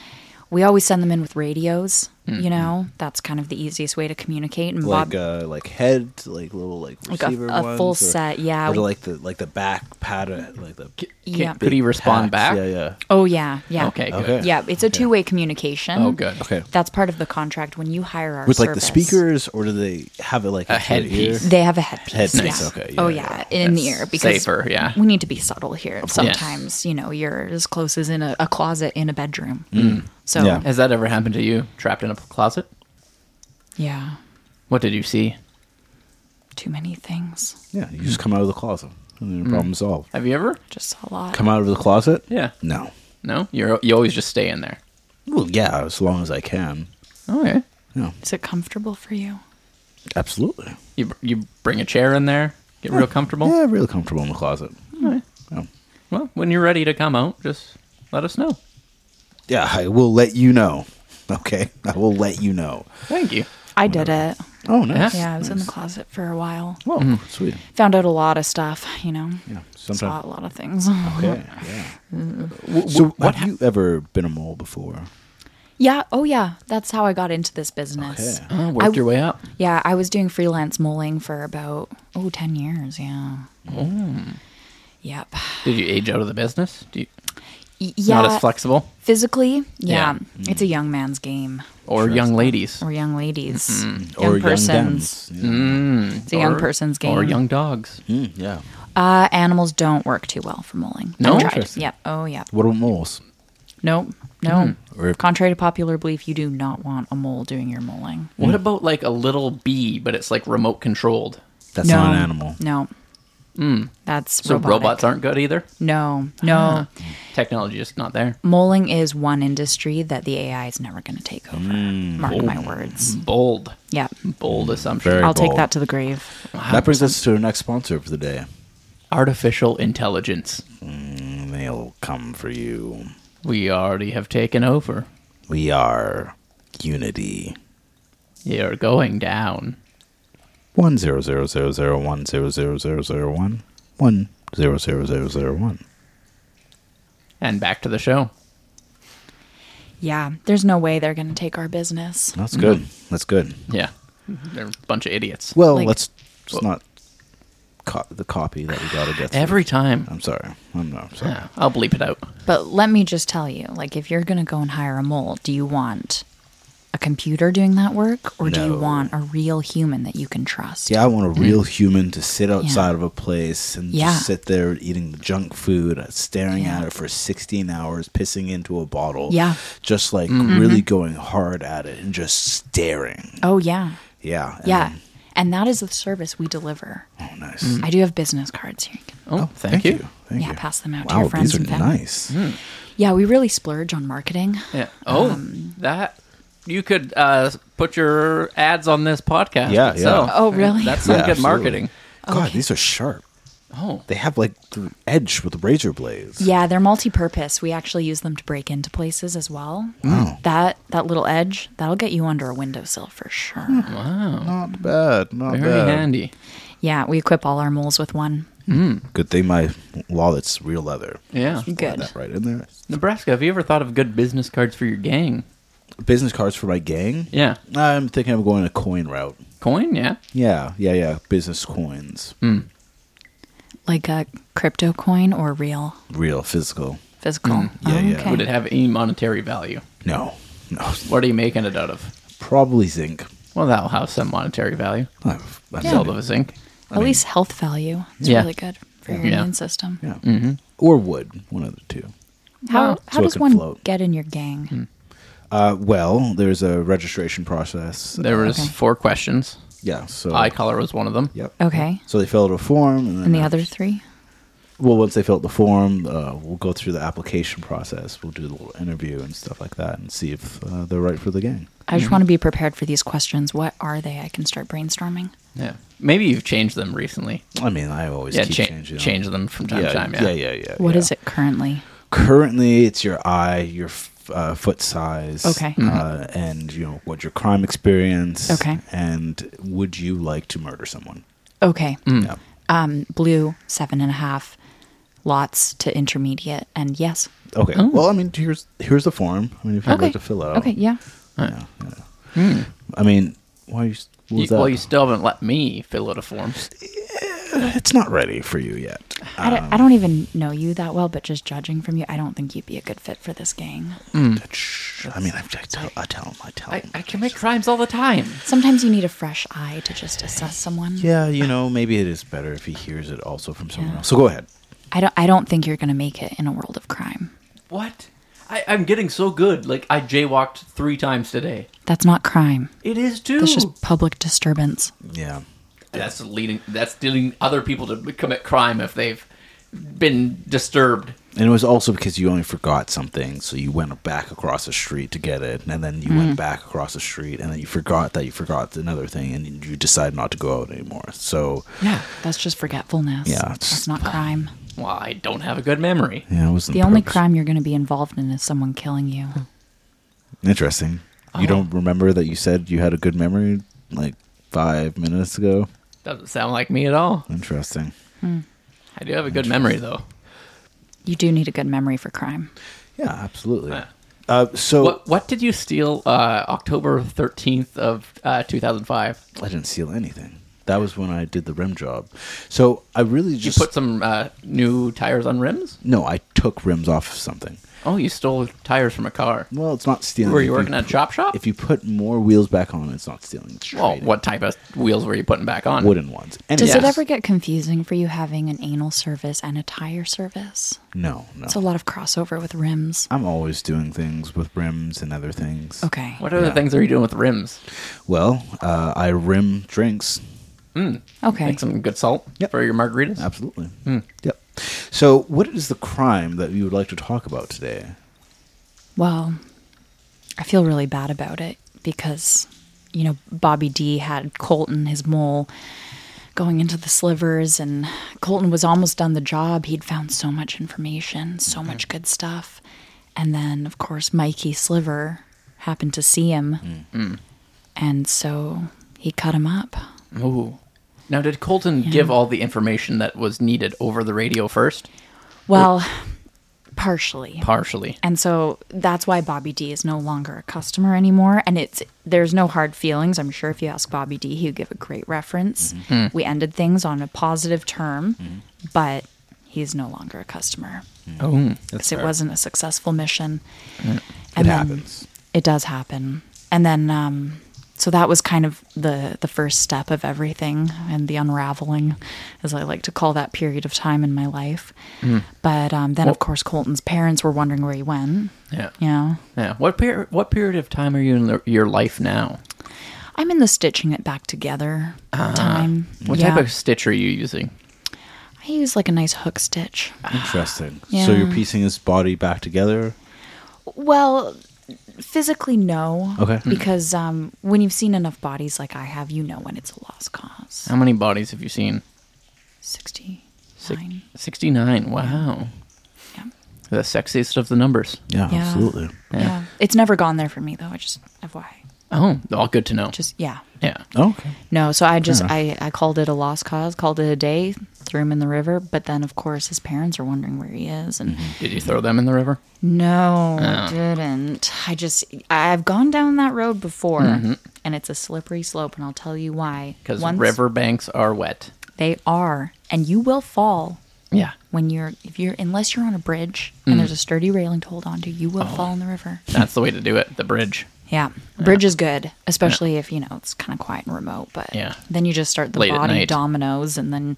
Speaker 3: we always send them in with radios,
Speaker 2: Mm-hmm.
Speaker 3: you know, that's kind of the easiest way to communicate. And
Speaker 1: Like
Speaker 3: Bob,
Speaker 1: uh, like head, like little like
Speaker 3: a-
Speaker 1: receiver
Speaker 3: a
Speaker 1: ones,
Speaker 3: full
Speaker 1: or-
Speaker 3: set, yeah.
Speaker 1: Or the- like the like the back pad, of- like the
Speaker 3: yeah.
Speaker 2: Could he respond
Speaker 1: packs.
Speaker 2: back?
Speaker 1: Yeah, yeah.
Speaker 3: oh, yeah, yeah.
Speaker 2: Okay, good.
Speaker 1: Okay.
Speaker 3: Yeah, it's a two way communication.
Speaker 2: Oh, good.
Speaker 1: Okay.
Speaker 3: That's part of the contract when you hire our
Speaker 1: With like the
Speaker 3: service,
Speaker 1: speakers, or do they have it like
Speaker 2: A
Speaker 1: into your
Speaker 2: headpiece.
Speaker 1: ear?
Speaker 3: They have a headpiece.
Speaker 1: Headpiece,
Speaker 3: yeah.
Speaker 1: okay,
Speaker 3: oh
Speaker 1: yeah,
Speaker 3: yeah, in the
Speaker 2: That's
Speaker 3: ear because
Speaker 2: safer, yeah.
Speaker 3: we need to be subtle here.
Speaker 2: course.
Speaker 3: Sometimes you know you're as close as in a, a closet in a bedroom. So
Speaker 1: Mm. Yeah.
Speaker 2: Has that ever happened to you? Trapped in a closet?
Speaker 3: yeah,
Speaker 2: What did you see?
Speaker 3: too many things.
Speaker 1: Yeah, you just come out of the closet, and
Speaker 3: Mm.
Speaker 1: then your problem solved.
Speaker 2: Have you ever?
Speaker 3: Just a lot.
Speaker 1: Come out of the closet?
Speaker 2: Yeah.
Speaker 1: No.
Speaker 2: No. You're you always just stay in there.
Speaker 1: Well, yeah, as long as I can.
Speaker 2: Okay.
Speaker 1: Yeah,
Speaker 3: Is it comfortable for you?
Speaker 1: absolutely.
Speaker 2: You you bring a chair in there, get real comfortable.
Speaker 1: Yeah, really comfortable in the closet.
Speaker 2: Alright.
Speaker 1: Yeah.
Speaker 2: Well, when you're ready to come out, just let us know.
Speaker 1: Yeah, I will let you know. Okay, I will let you know.
Speaker 2: Thank you.
Speaker 3: I did it.
Speaker 1: Oh, nice.
Speaker 2: Yeah. Mm-hmm.
Speaker 3: Yeah, I was in the closet for a while.
Speaker 1: Oh, sweet.
Speaker 3: Found out a lot of stuff. You know,
Speaker 1: Yeah,
Speaker 3: saw a
Speaker 1: sometimes.
Speaker 3: lot of things.
Speaker 1: Okay. Yeah. so,
Speaker 2: what
Speaker 1: have you ever been a mole before?
Speaker 3: yeah. Oh yeah. That's how I got into this business.
Speaker 1: Okay.
Speaker 2: Oh, worked
Speaker 3: I-
Speaker 2: your way up.
Speaker 3: Yeah, I was doing freelance molding for about oh 10 years. Yeah. Yep.
Speaker 2: Did you age out of the business? Do you
Speaker 3: Y- yeah.
Speaker 2: not as flexible?
Speaker 3: Physically, yeah,
Speaker 2: Yeah.
Speaker 3: it's a young man's game
Speaker 2: Or young ladies.
Speaker 3: or young ladies, young
Speaker 1: Mm-hmm. Or
Speaker 3: persons.
Speaker 1: Young
Speaker 2: Mm-hmm.
Speaker 1: dems.
Speaker 3: it's a young
Speaker 2: Or-
Speaker 3: person's game.
Speaker 2: Or young dogs.
Speaker 1: yeah. Mm, yeah.
Speaker 3: Uh, animals don't work too well for molding.
Speaker 2: No?
Speaker 3: I've tried.
Speaker 1: Interesting.
Speaker 3: Yep. Oh, yeah.
Speaker 1: What about moles?
Speaker 3: Nope. No.
Speaker 2: Hmm.
Speaker 1: Or if-
Speaker 3: Contrary to popular belief, you do not want a mole doing your molding.
Speaker 2: What about like a little bee, but it's like remote controlled?
Speaker 1: That's
Speaker 3: no.
Speaker 1: not an animal.
Speaker 3: No. That's
Speaker 2: Hmm. So
Speaker 3: robotic.
Speaker 2: robots Ah. aren't good either.
Speaker 3: No. No.
Speaker 2: Technology is not there.
Speaker 3: Moling is one industry that the AI is never going to take over.
Speaker 1: Hmm.
Speaker 3: Mark
Speaker 2: Oh.
Speaker 3: my words.
Speaker 2: Bold,
Speaker 3: Yeah.
Speaker 2: bold assumption.
Speaker 1: Very
Speaker 3: I'll take
Speaker 1: bold.
Speaker 3: that to the grave.
Speaker 1: That brings us to our next sponsor for the day.
Speaker 2: Artificial intelligence.
Speaker 1: And they'll come for you.
Speaker 2: We already have taken over.
Speaker 1: We are Unity.
Speaker 2: You're going down.
Speaker 1: One zero zero zero zero one zero zero zero zero one one zero zero zero zero one.
Speaker 2: And back to the show.
Speaker 3: Yeah. There's no way they're going to take our business.
Speaker 1: That's good. That's good.
Speaker 2: Yeah. They're a bunch of idiots.
Speaker 1: Well,
Speaker 3: Mm-hmm. Like-
Speaker 1: let's it's not co- the copy that we got to get. through.
Speaker 2: Every time.
Speaker 1: I'm sorry. I'm not I'm sorry.
Speaker 2: Yeah, I'll bleep it out.
Speaker 3: But let me just tell you, like if you're going to go and hire a mole, do you want a computer doing that work or do you
Speaker 1: No.
Speaker 3: want a real human that you can trust?
Speaker 1: Yeah, I want a real human to sit outside of a place and
Speaker 3: Mm. Yeah.
Speaker 1: just sit there eating the junk food, uh, staring
Speaker 3: Yeah.
Speaker 1: at it for 16 hours, pissing into a bottle.
Speaker 3: Yeah. Mm-hmm.
Speaker 1: Just like really going hard at it and just staring.
Speaker 3: Oh yeah.
Speaker 1: Yeah. and
Speaker 3: Yeah.
Speaker 1: then-
Speaker 3: And that is the service we deliver.
Speaker 1: oh, nice.
Speaker 3: I do have business cards here. You can,
Speaker 2: Oh, thank, you. Mm.
Speaker 1: Thank
Speaker 3: yeah,
Speaker 1: you.
Speaker 3: pass them out to
Speaker 1: Wow,
Speaker 3: your friends
Speaker 1: these are
Speaker 3: and family.
Speaker 1: nice.
Speaker 3: Yeah, we really splurge on marketing.
Speaker 2: Yeah. Oh, that you could uh, put your ads on this podcast.
Speaker 1: Yeah, yeah.
Speaker 2: itself.
Speaker 3: Oh, really?
Speaker 2: That's some
Speaker 1: Yeah,
Speaker 2: good
Speaker 1: absolutely.
Speaker 2: marketing.
Speaker 1: God,
Speaker 3: Okay.
Speaker 1: these are sharp.
Speaker 2: Oh,
Speaker 1: They have like the edge with razor blades.
Speaker 3: Yeah, they're multi-purpose. We actually use them to break into places as well.
Speaker 1: Wow.
Speaker 3: That that little edge, that'll get you under a windowsill for sure.
Speaker 1: Hmm. Not bad. Not
Speaker 2: very
Speaker 1: bad.
Speaker 2: handy.
Speaker 3: Yeah, we equip all our moles with one.
Speaker 1: Good thing my wallet's real leather.
Speaker 2: Yeah.
Speaker 1: Slide
Speaker 3: Good.
Speaker 1: that right in there.
Speaker 2: Nebraska, have you ever thought of good business cards for your gang?
Speaker 1: Business cards for my gang.
Speaker 2: Yeah.
Speaker 1: I'm thinking I'm going a coin route.
Speaker 2: Coin, yeah.
Speaker 1: Yeah, yeah, yeah. Business coins.
Speaker 2: Hmm.
Speaker 3: Like a crypto coin or real
Speaker 1: Real, physical.
Speaker 3: physical?
Speaker 1: Mm,
Speaker 3: Oh,
Speaker 1: yeah, yeah.
Speaker 3: okay.
Speaker 2: Would it have any monetary value?
Speaker 1: No, no.
Speaker 2: What are you making it out of?
Speaker 1: Probably zinc.
Speaker 2: Well, that'll have some monetary value.
Speaker 1: i i
Speaker 2: Yeah. Sold of a zinc.
Speaker 3: At least health value. It's
Speaker 2: Yeah.
Speaker 3: really good for your
Speaker 2: Yeah.
Speaker 3: immune system.
Speaker 1: Yeah.
Speaker 2: Mm-hmm.
Speaker 1: Or wood, one of the two.
Speaker 3: How,
Speaker 1: So
Speaker 3: how
Speaker 1: it
Speaker 3: does
Speaker 1: can
Speaker 3: one
Speaker 1: float.
Speaker 3: get in your gang?
Speaker 2: Hmm.
Speaker 1: Uh, well, there's a registration process. Uh,
Speaker 2: There was
Speaker 3: Okay.
Speaker 2: four questions.
Speaker 1: Yeah, so.
Speaker 2: Eye color was one of them.
Speaker 1: Oh. Yep.
Speaker 3: Okay.
Speaker 1: So they fill out a form, and then
Speaker 3: And the other three?
Speaker 1: well, once they fill out the form, uh, we'll go through the application process. We'll do a little interview and stuff like that, and see if uh, they're right for the gang.
Speaker 3: I
Speaker 2: Hmm.
Speaker 3: just want to be prepared for these questions. What are they? I can start brainstorming.
Speaker 2: Yeah. Maybe you've changed them recently.
Speaker 1: I mean, I always
Speaker 2: yeah,
Speaker 1: keep
Speaker 2: cha-
Speaker 1: changing them.
Speaker 2: change them from time
Speaker 1: yeah,
Speaker 2: to time.
Speaker 1: yeah, yeah, yeah.
Speaker 3: What is
Speaker 1: yeah.
Speaker 3: it currently?
Speaker 1: Currently, it's your eye, your f- uh, foot size,
Speaker 3: Okay.
Speaker 1: uh, and you know what your crime experience,
Speaker 3: Okay.
Speaker 1: and would you like to murder someone?
Speaker 2: Hmm.
Speaker 3: Okay.
Speaker 1: Yeah.
Speaker 3: Um, blue, seven and a half, lots to intermediate, and yes.
Speaker 1: Okay. Well, I mean, here's here's the form. I mean, if you'd
Speaker 3: Okay.
Speaker 1: like to fill out.
Speaker 3: Okay, yeah.
Speaker 1: Yeah, yeah. I mean, why? Hmm. You, s- what
Speaker 2: You-
Speaker 1: was that?
Speaker 2: well, you still haven't let me fill out a form.
Speaker 1: it's not ready for you yet.
Speaker 3: I, don't,
Speaker 1: Um,
Speaker 3: I don't even know you that well, but just judging from you, I don't think you'd be a good fit for this gang.
Speaker 1: Mm. Shh. I mean, I, I tell, I tell him, I tell
Speaker 2: I,
Speaker 1: him.
Speaker 2: I commit crimes all the time.
Speaker 3: Sometimes you need a fresh eye to just assess someone.
Speaker 1: yeah, you know, maybe it is better if he hears it also from someone
Speaker 3: Yeah.
Speaker 1: else. So go ahead.
Speaker 3: I don't. I don't think you're going to make it in a world of crime.
Speaker 2: What? I, I'm getting so good. Like I jaywalked three times today.
Speaker 3: That's not crime.
Speaker 2: It is too.
Speaker 3: That's just public disturbance.
Speaker 1: Yeah.
Speaker 2: That's leading. That's leading other people to commit crime if they've been disturbed.
Speaker 1: And it was also because you only forgot something, so you went back across the street to get it, and then you
Speaker 3: Mm-hmm.
Speaker 1: went back across the street, and then you forgot that you forgot another thing, and you decide not to go out anymore. So,
Speaker 2: Yeah.
Speaker 3: That's just forgetfulness.
Speaker 1: Yeah, it's-
Speaker 3: that's not crime.
Speaker 2: Well, I don't have a good memory.
Speaker 1: yeah, it was
Speaker 3: The only crime you're going to be involved in is someone killing you.
Speaker 1: Interesting. You don't
Speaker 3: Oh.
Speaker 1: remember that you said you had a good memory like five minutes ago?
Speaker 2: Doesn't sound like me at all.
Speaker 1: Interesting.
Speaker 2: I do have a good memory though.
Speaker 3: You do need a good memory for crime.
Speaker 1: Yeah, absolutely.
Speaker 2: Yeah.
Speaker 1: Uh, so
Speaker 2: What What did you steal uh, October thirteenth of uh, two thousand five?
Speaker 1: I didn't steal anything. That was when I did the rim job. So I really
Speaker 2: You
Speaker 1: just
Speaker 2: put some uh, new tires on rims.
Speaker 1: no. I took rims off of something.
Speaker 2: Oh, you stole tires from a car.
Speaker 1: Well, it's not stealing.
Speaker 2: Were you
Speaker 1: If
Speaker 2: working at a chop shop?
Speaker 1: If you put more wheels back on, it's not stealing. It's
Speaker 2: Well,
Speaker 1: trading.
Speaker 2: what type of wheels were you putting back on?
Speaker 1: wooden ones? And
Speaker 3: Does
Speaker 2: Yes.
Speaker 3: it ever get confusing for you having an anal service and a tire service?
Speaker 1: No, no.
Speaker 3: It's a lot of crossover with rims.
Speaker 1: I'm always doing things with rims and other things.
Speaker 3: Okay.
Speaker 2: What other
Speaker 1: Yeah.
Speaker 2: things are you doing with rims?
Speaker 1: Well, uh, I rim drinks.
Speaker 3: Okay.
Speaker 2: Make some good salt
Speaker 1: Yep.
Speaker 2: for your margaritas.
Speaker 1: Absolutely.
Speaker 2: Hmm.
Speaker 1: Yep. So, what is the crime that you would like to talk about today?
Speaker 3: Well, I feel really bad about it because, you know, Bobby D had Colton, his mole, going into the slivers, and Colton was almost done the job. He'd found so much information, so much good stuff. And then, of course, Mikey Sliver happened to see him. And so he cut him up.
Speaker 2: Ooh. Now, did Colton give all the information that was needed over the radio first?
Speaker 3: Well, partially.
Speaker 2: Partially.
Speaker 3: And so that's why Bobby D is no longer a customer anymore. And it's there's no hard feelings. I'm sure if you ask Bobby D, he'd give a great reference. We ended things on a positive term, but he's no longer a customer
Speaker 2: Oh.
Speaker 3: because it wasn't a successful mission.
Speaker 1: It
Speaker 2: Mm-hmm.
Speaker 3: then-
Speaker 1: happens.
Speaker 3: It does happen. And then, um, so that was kind of the the first step of everything and the unraveling, as I like to call that period of time in my life. But um, then,
Speaker 2: Mm-hmm. Well-
Speaker 3: of course, Colton's parents were wondering where he went.
Speaker 2: Yeah.
Speaker 3: You know,
Speaker 2: Yeah. What per- What period of time are you in the- your life now?
Speaker 3: I'm in the stitching it back together time.
Speaker 2: Ah, What
Speaker 3: yeah.
Speaker 2: type of stitch are you using?
Speaker 3: I use like a nice hook stitch.
Speaker 2: Ah.
Speaker 1: Interesting. So you're
Speaker 3: Yeah.
Speaker 1: piecing his body back together.
Speaker 3: Well, physically no.
Speaker 1: Okay.
Speaker 2: Hmm.
Speaker 3: Because um, when you've seen enough bodies like I have, you know when it's a lost cause.
Speaker 2: How many bodies have you seen?
Speaker 3: Sixty
Speaker 2: Six-
Speaker 3: nine.
Speaker 2: 69. Wow.
Speaker 3: Yeah.
Speaker 2: The sexiest of the numbers.
Speaker 1: Yeah,
Speaker 3: Yeah.
Speaker 1: absolutely.
Speaker 3: yeah. It's never gone there for me though. I just FY.
Speaker 2: Oh, all good to know.
Speaker 3: Just yeah.
Speaker 2: yeah.
Speaker 1: Okay.
Speaker 3: No, so I just
Speaker 2: Hmm.
Speaker 1: enough.
Speaker 3: I, I called it a lost cause, called it a day, threw him in the river, but then of course his parents are wondering where he is and
Speaker 2: Did you throw them in the river?
Speaker 3: No,
Speaker 2: Oh.
Speaker 3: I didn't. I just I've gone down that road before, and it's a slippery slope, and I'll tell you why.
Speaker 2: Mm-hmm. Because
Speaker 3: Once
Speaker 2: river banks are wet.
Speaker 3: they are, and you will fall
Speaker 2: Yeah.
Speaker 3: when you're if you're unless you're on a bridge and there's a sturdy railing to hold onto, you will fall in the river.
Speaker 2: That's the way to do it. The bridge.
Speaker 3: Yeah, bridge is good, especially if you know it's kind of quiet and remote. But
Speaker 2: Yeah.
Speaker 3: then you just start the
Speaker 2: Late at
Speaker 3: body
Speaker 2: night.
Speaker 3: dominoes, and then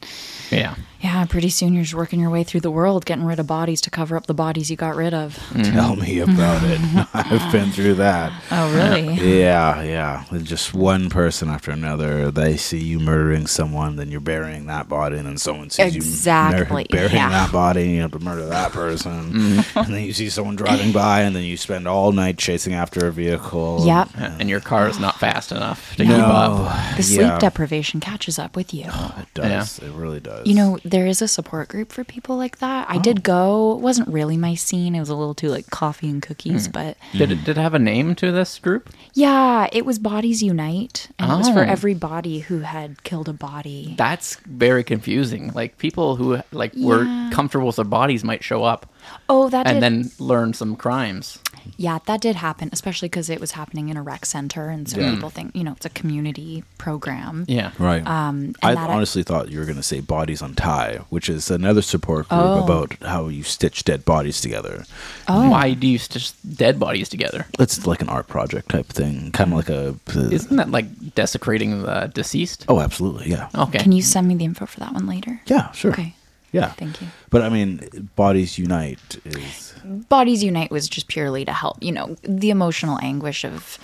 Speaker 2: Yeah.
Speaker 3: Yeah, pretty soon you're just working your way through the world, getting rid of bodies to cover up the bodies you got rid of.
Speaker 1: Tell me about it. I've been through that.
Speaker 3: Oh, really?
Speaker 1: Yeah, yeah. It's Just one person after another. They see you murdering someone, then you're burying that body, and then someone sees
Speaker 3: Exactly,
Speaker 1: you mur- burying
Speaker 3: yeah. Mm-hmm.
Speaker 1: that body, and you have to murder that person. And then you see someone driving by, and then you spend all night chasing after a vehicle.
Speaker 3: Yep.
Speaker 2: and your car is not fast enough to keep
Speaker 1: No,
Speaker 2: up.
Speaker 3: The
Speaker 1: yeah, Oh,
Speaker 3: sleep deprivation catches up with you.
Speaker 1: It does. It really does.
Speaker 3: You know, there is a support group for people like that. I did go. It wasn't really my scene. It was a little too like coffee and cookies, but
Speaker 2: Did it, did it have a name to this group?
Speaker 3: yeah, it was Bodies Unite, and it was
Speaker 2: Oh.
Speaker 3: for everybody who had killed a body.
Speaker 2: That's very confusing. Like people who like were
Speaker 3: Yeah.
Speaker 2: comfortable with their bodies might show up
Speaker 3: oh, that
Speaker 2: and
Speaker 3: did,
Speaker 2: then learn some crimes.
Speaker 3: yeah, that did happen, especially because it was happening in a rec center, and so people think you know it's a community program.
Speaker 2: Yeah.
Speaker 1: Right.
Speaker 3: Um,
Speaker 1: I
Speaker 3: and that I-
Speaker 1: honestly thought you were going to say bodies on tie, which is another support group
Speaker 3: Oh.
Speaker 1: about how you stitch dead bodies together.
Speaker 2: Why do you stitch dead bodies together?
Speaker 1: It's like an art project type thing, kind of like a.
Speaker 2: Isn't that like desecrating the deceased?
Speaker 1: oh, absolutely, yeah.
Speaker 2: Okay.
Speaker 3: Can you send me the info for that one later?
Speaker 1: Yeah, sure.
Speaker 3: Okay.
Speaker 1: Yeah.
Speaker 3: Thank you.
Speaker 1: But I mean, bodies unite is
Speaker 3: Bodies Unite was just purely to help, you know, the emotional anguish of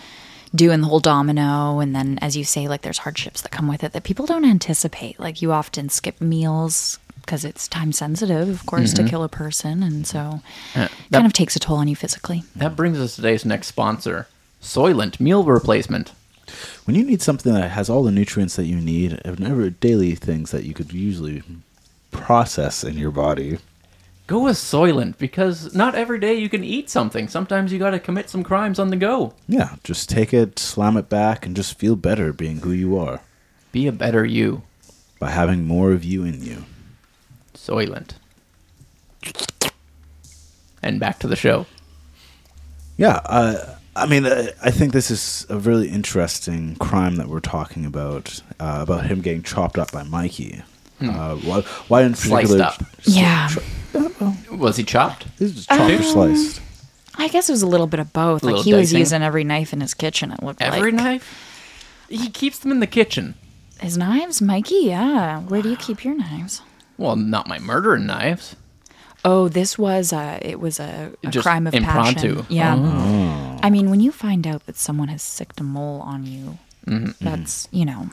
Speaker 3: doing the whole domino. And then, as you say, like there's hardships that come with it that people don't anticipate. Like you often skip meals because it's time sensitive, of course, to kill a person. And so
Speaker 2: Mm-hmm. Yeah.
Speaker 3: it kind of takes a toll on you physically.
Speaker 2: That brings us to today's next sponsor, Soylent Meal Replacement.
Speaker 1: when you need something that has all the nutrients that you need and every daily things that you could usually process in your body.
Speaker 2: Go with Soylent because not every day you can eat something. Sometimes you got to commit some crimes on the go.
Speaker 1: Yeah, just take it, slam it back, and just feel better being who you are
Speaker 2: Be a better you,
Speaker 1: by having more of you in you.
Speaker 2: Soylent. And back to the show.
Speaker 1: Yeah, uh, I mean, uh, I think this is a really interesting crime that we're talking about uh, about him getting chopped up by Mikey. Uh, why, why in
Speaker 2: Hmm. Sliced
Speaker 1: particular?
Speaker 2: up.
Speaker 3: Yeah.
Speaker 2: Was he chopped?
Speaker 1: This is chopped
Speaker 2: Um,
Speaker 1: or sliced.
Speaker 3: I guess it was a little bit of both.
Speaker 2: A
Speaker 3: Like
Speaker 2: little
Speaker 3: he was
Speaker 2: dicing.
Speaker 3: using every knife in his kitchen, it looked
Speaker 2: Every
Speaker 3: like.
Speaker 2: knife? He keeps them in the kitchen.
Speaker 3: His knives? Mikey, yeah. Where do you keep your knives?
Speaker 2: Well, not my murdering knives.
Speaker 3: Oh, this was a it was a, a
Speaker 2: Just
Speaker 3: crime of
Speaker 2: impromptu. Oh.
Speaker 3: passion. Yeah. I mean, when you find out that someone has sicked a mole on you,
Speaker 2: Mm-hmm,
Speaker 3: that's you know,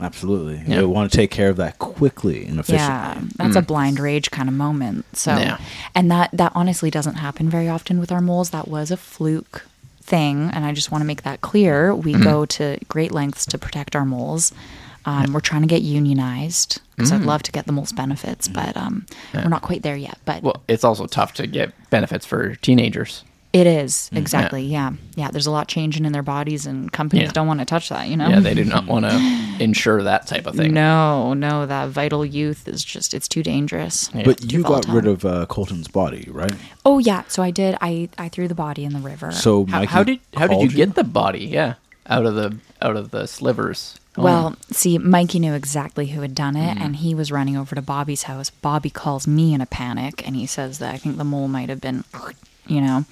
Speaker 1: Absolutely.
Speaker 2: Yeah.
Speaker 1: You want to take care of that quickly and efficiently.
Speaker 3: yeah, that's a blind rage kind of moment. So,
Speaker 2: Mm. Yeah.
Speaker 3: and that that honestly doesn't happen very often with our moles. That was a fluke thing, and I just want to make that clear. We
Speaker 2: Mm-hmm.
Speaker 3: go to great lengths to protect our moles. Um, we're trying to get unionized because
Speaker 2: Mm.
Speaker 3: I'd love to get the moles benefits, but um, we're not quite there yet. But
Speaker 2: Well, it's also tough to get benefits for teenagers.
Speaker 3: It
Speaker 2: Mm,
Speaker 3: is exactly, yeah. yeah, There's a lot changing in their bodies, and companies
Speaker 2: Yeah.
Speaker 3: don't want to touch that. You know,
Speaker 2: Yeah, they do not want to insure that type of thing.
Speaker 3: no, no, that vital youth is just—it's too dangerous.
Speaker 1: But you got
Speaker 3: volatile.
Speaker 1: rid of uh, Colton's body, right?
Speaker 3: Oh yeah, so I did. I I threw the body in the river.
Speaker 1: So
Speaker 2: Uh, How,
Speaker 1: Oh, Mikey
Speaker 2: how did how did you
Speaker 1: called
Speaker 2: get the body? Yeah, out of the out of the slivers. Oh,
Speaker 3: Well, see, Mikey knew exactly who had done
Speaker 2: Mm.
Speaker 3: it, and he was running over to Bobby's house. Bobby calls me in a panic, and he says that I think the mole might have been, you know.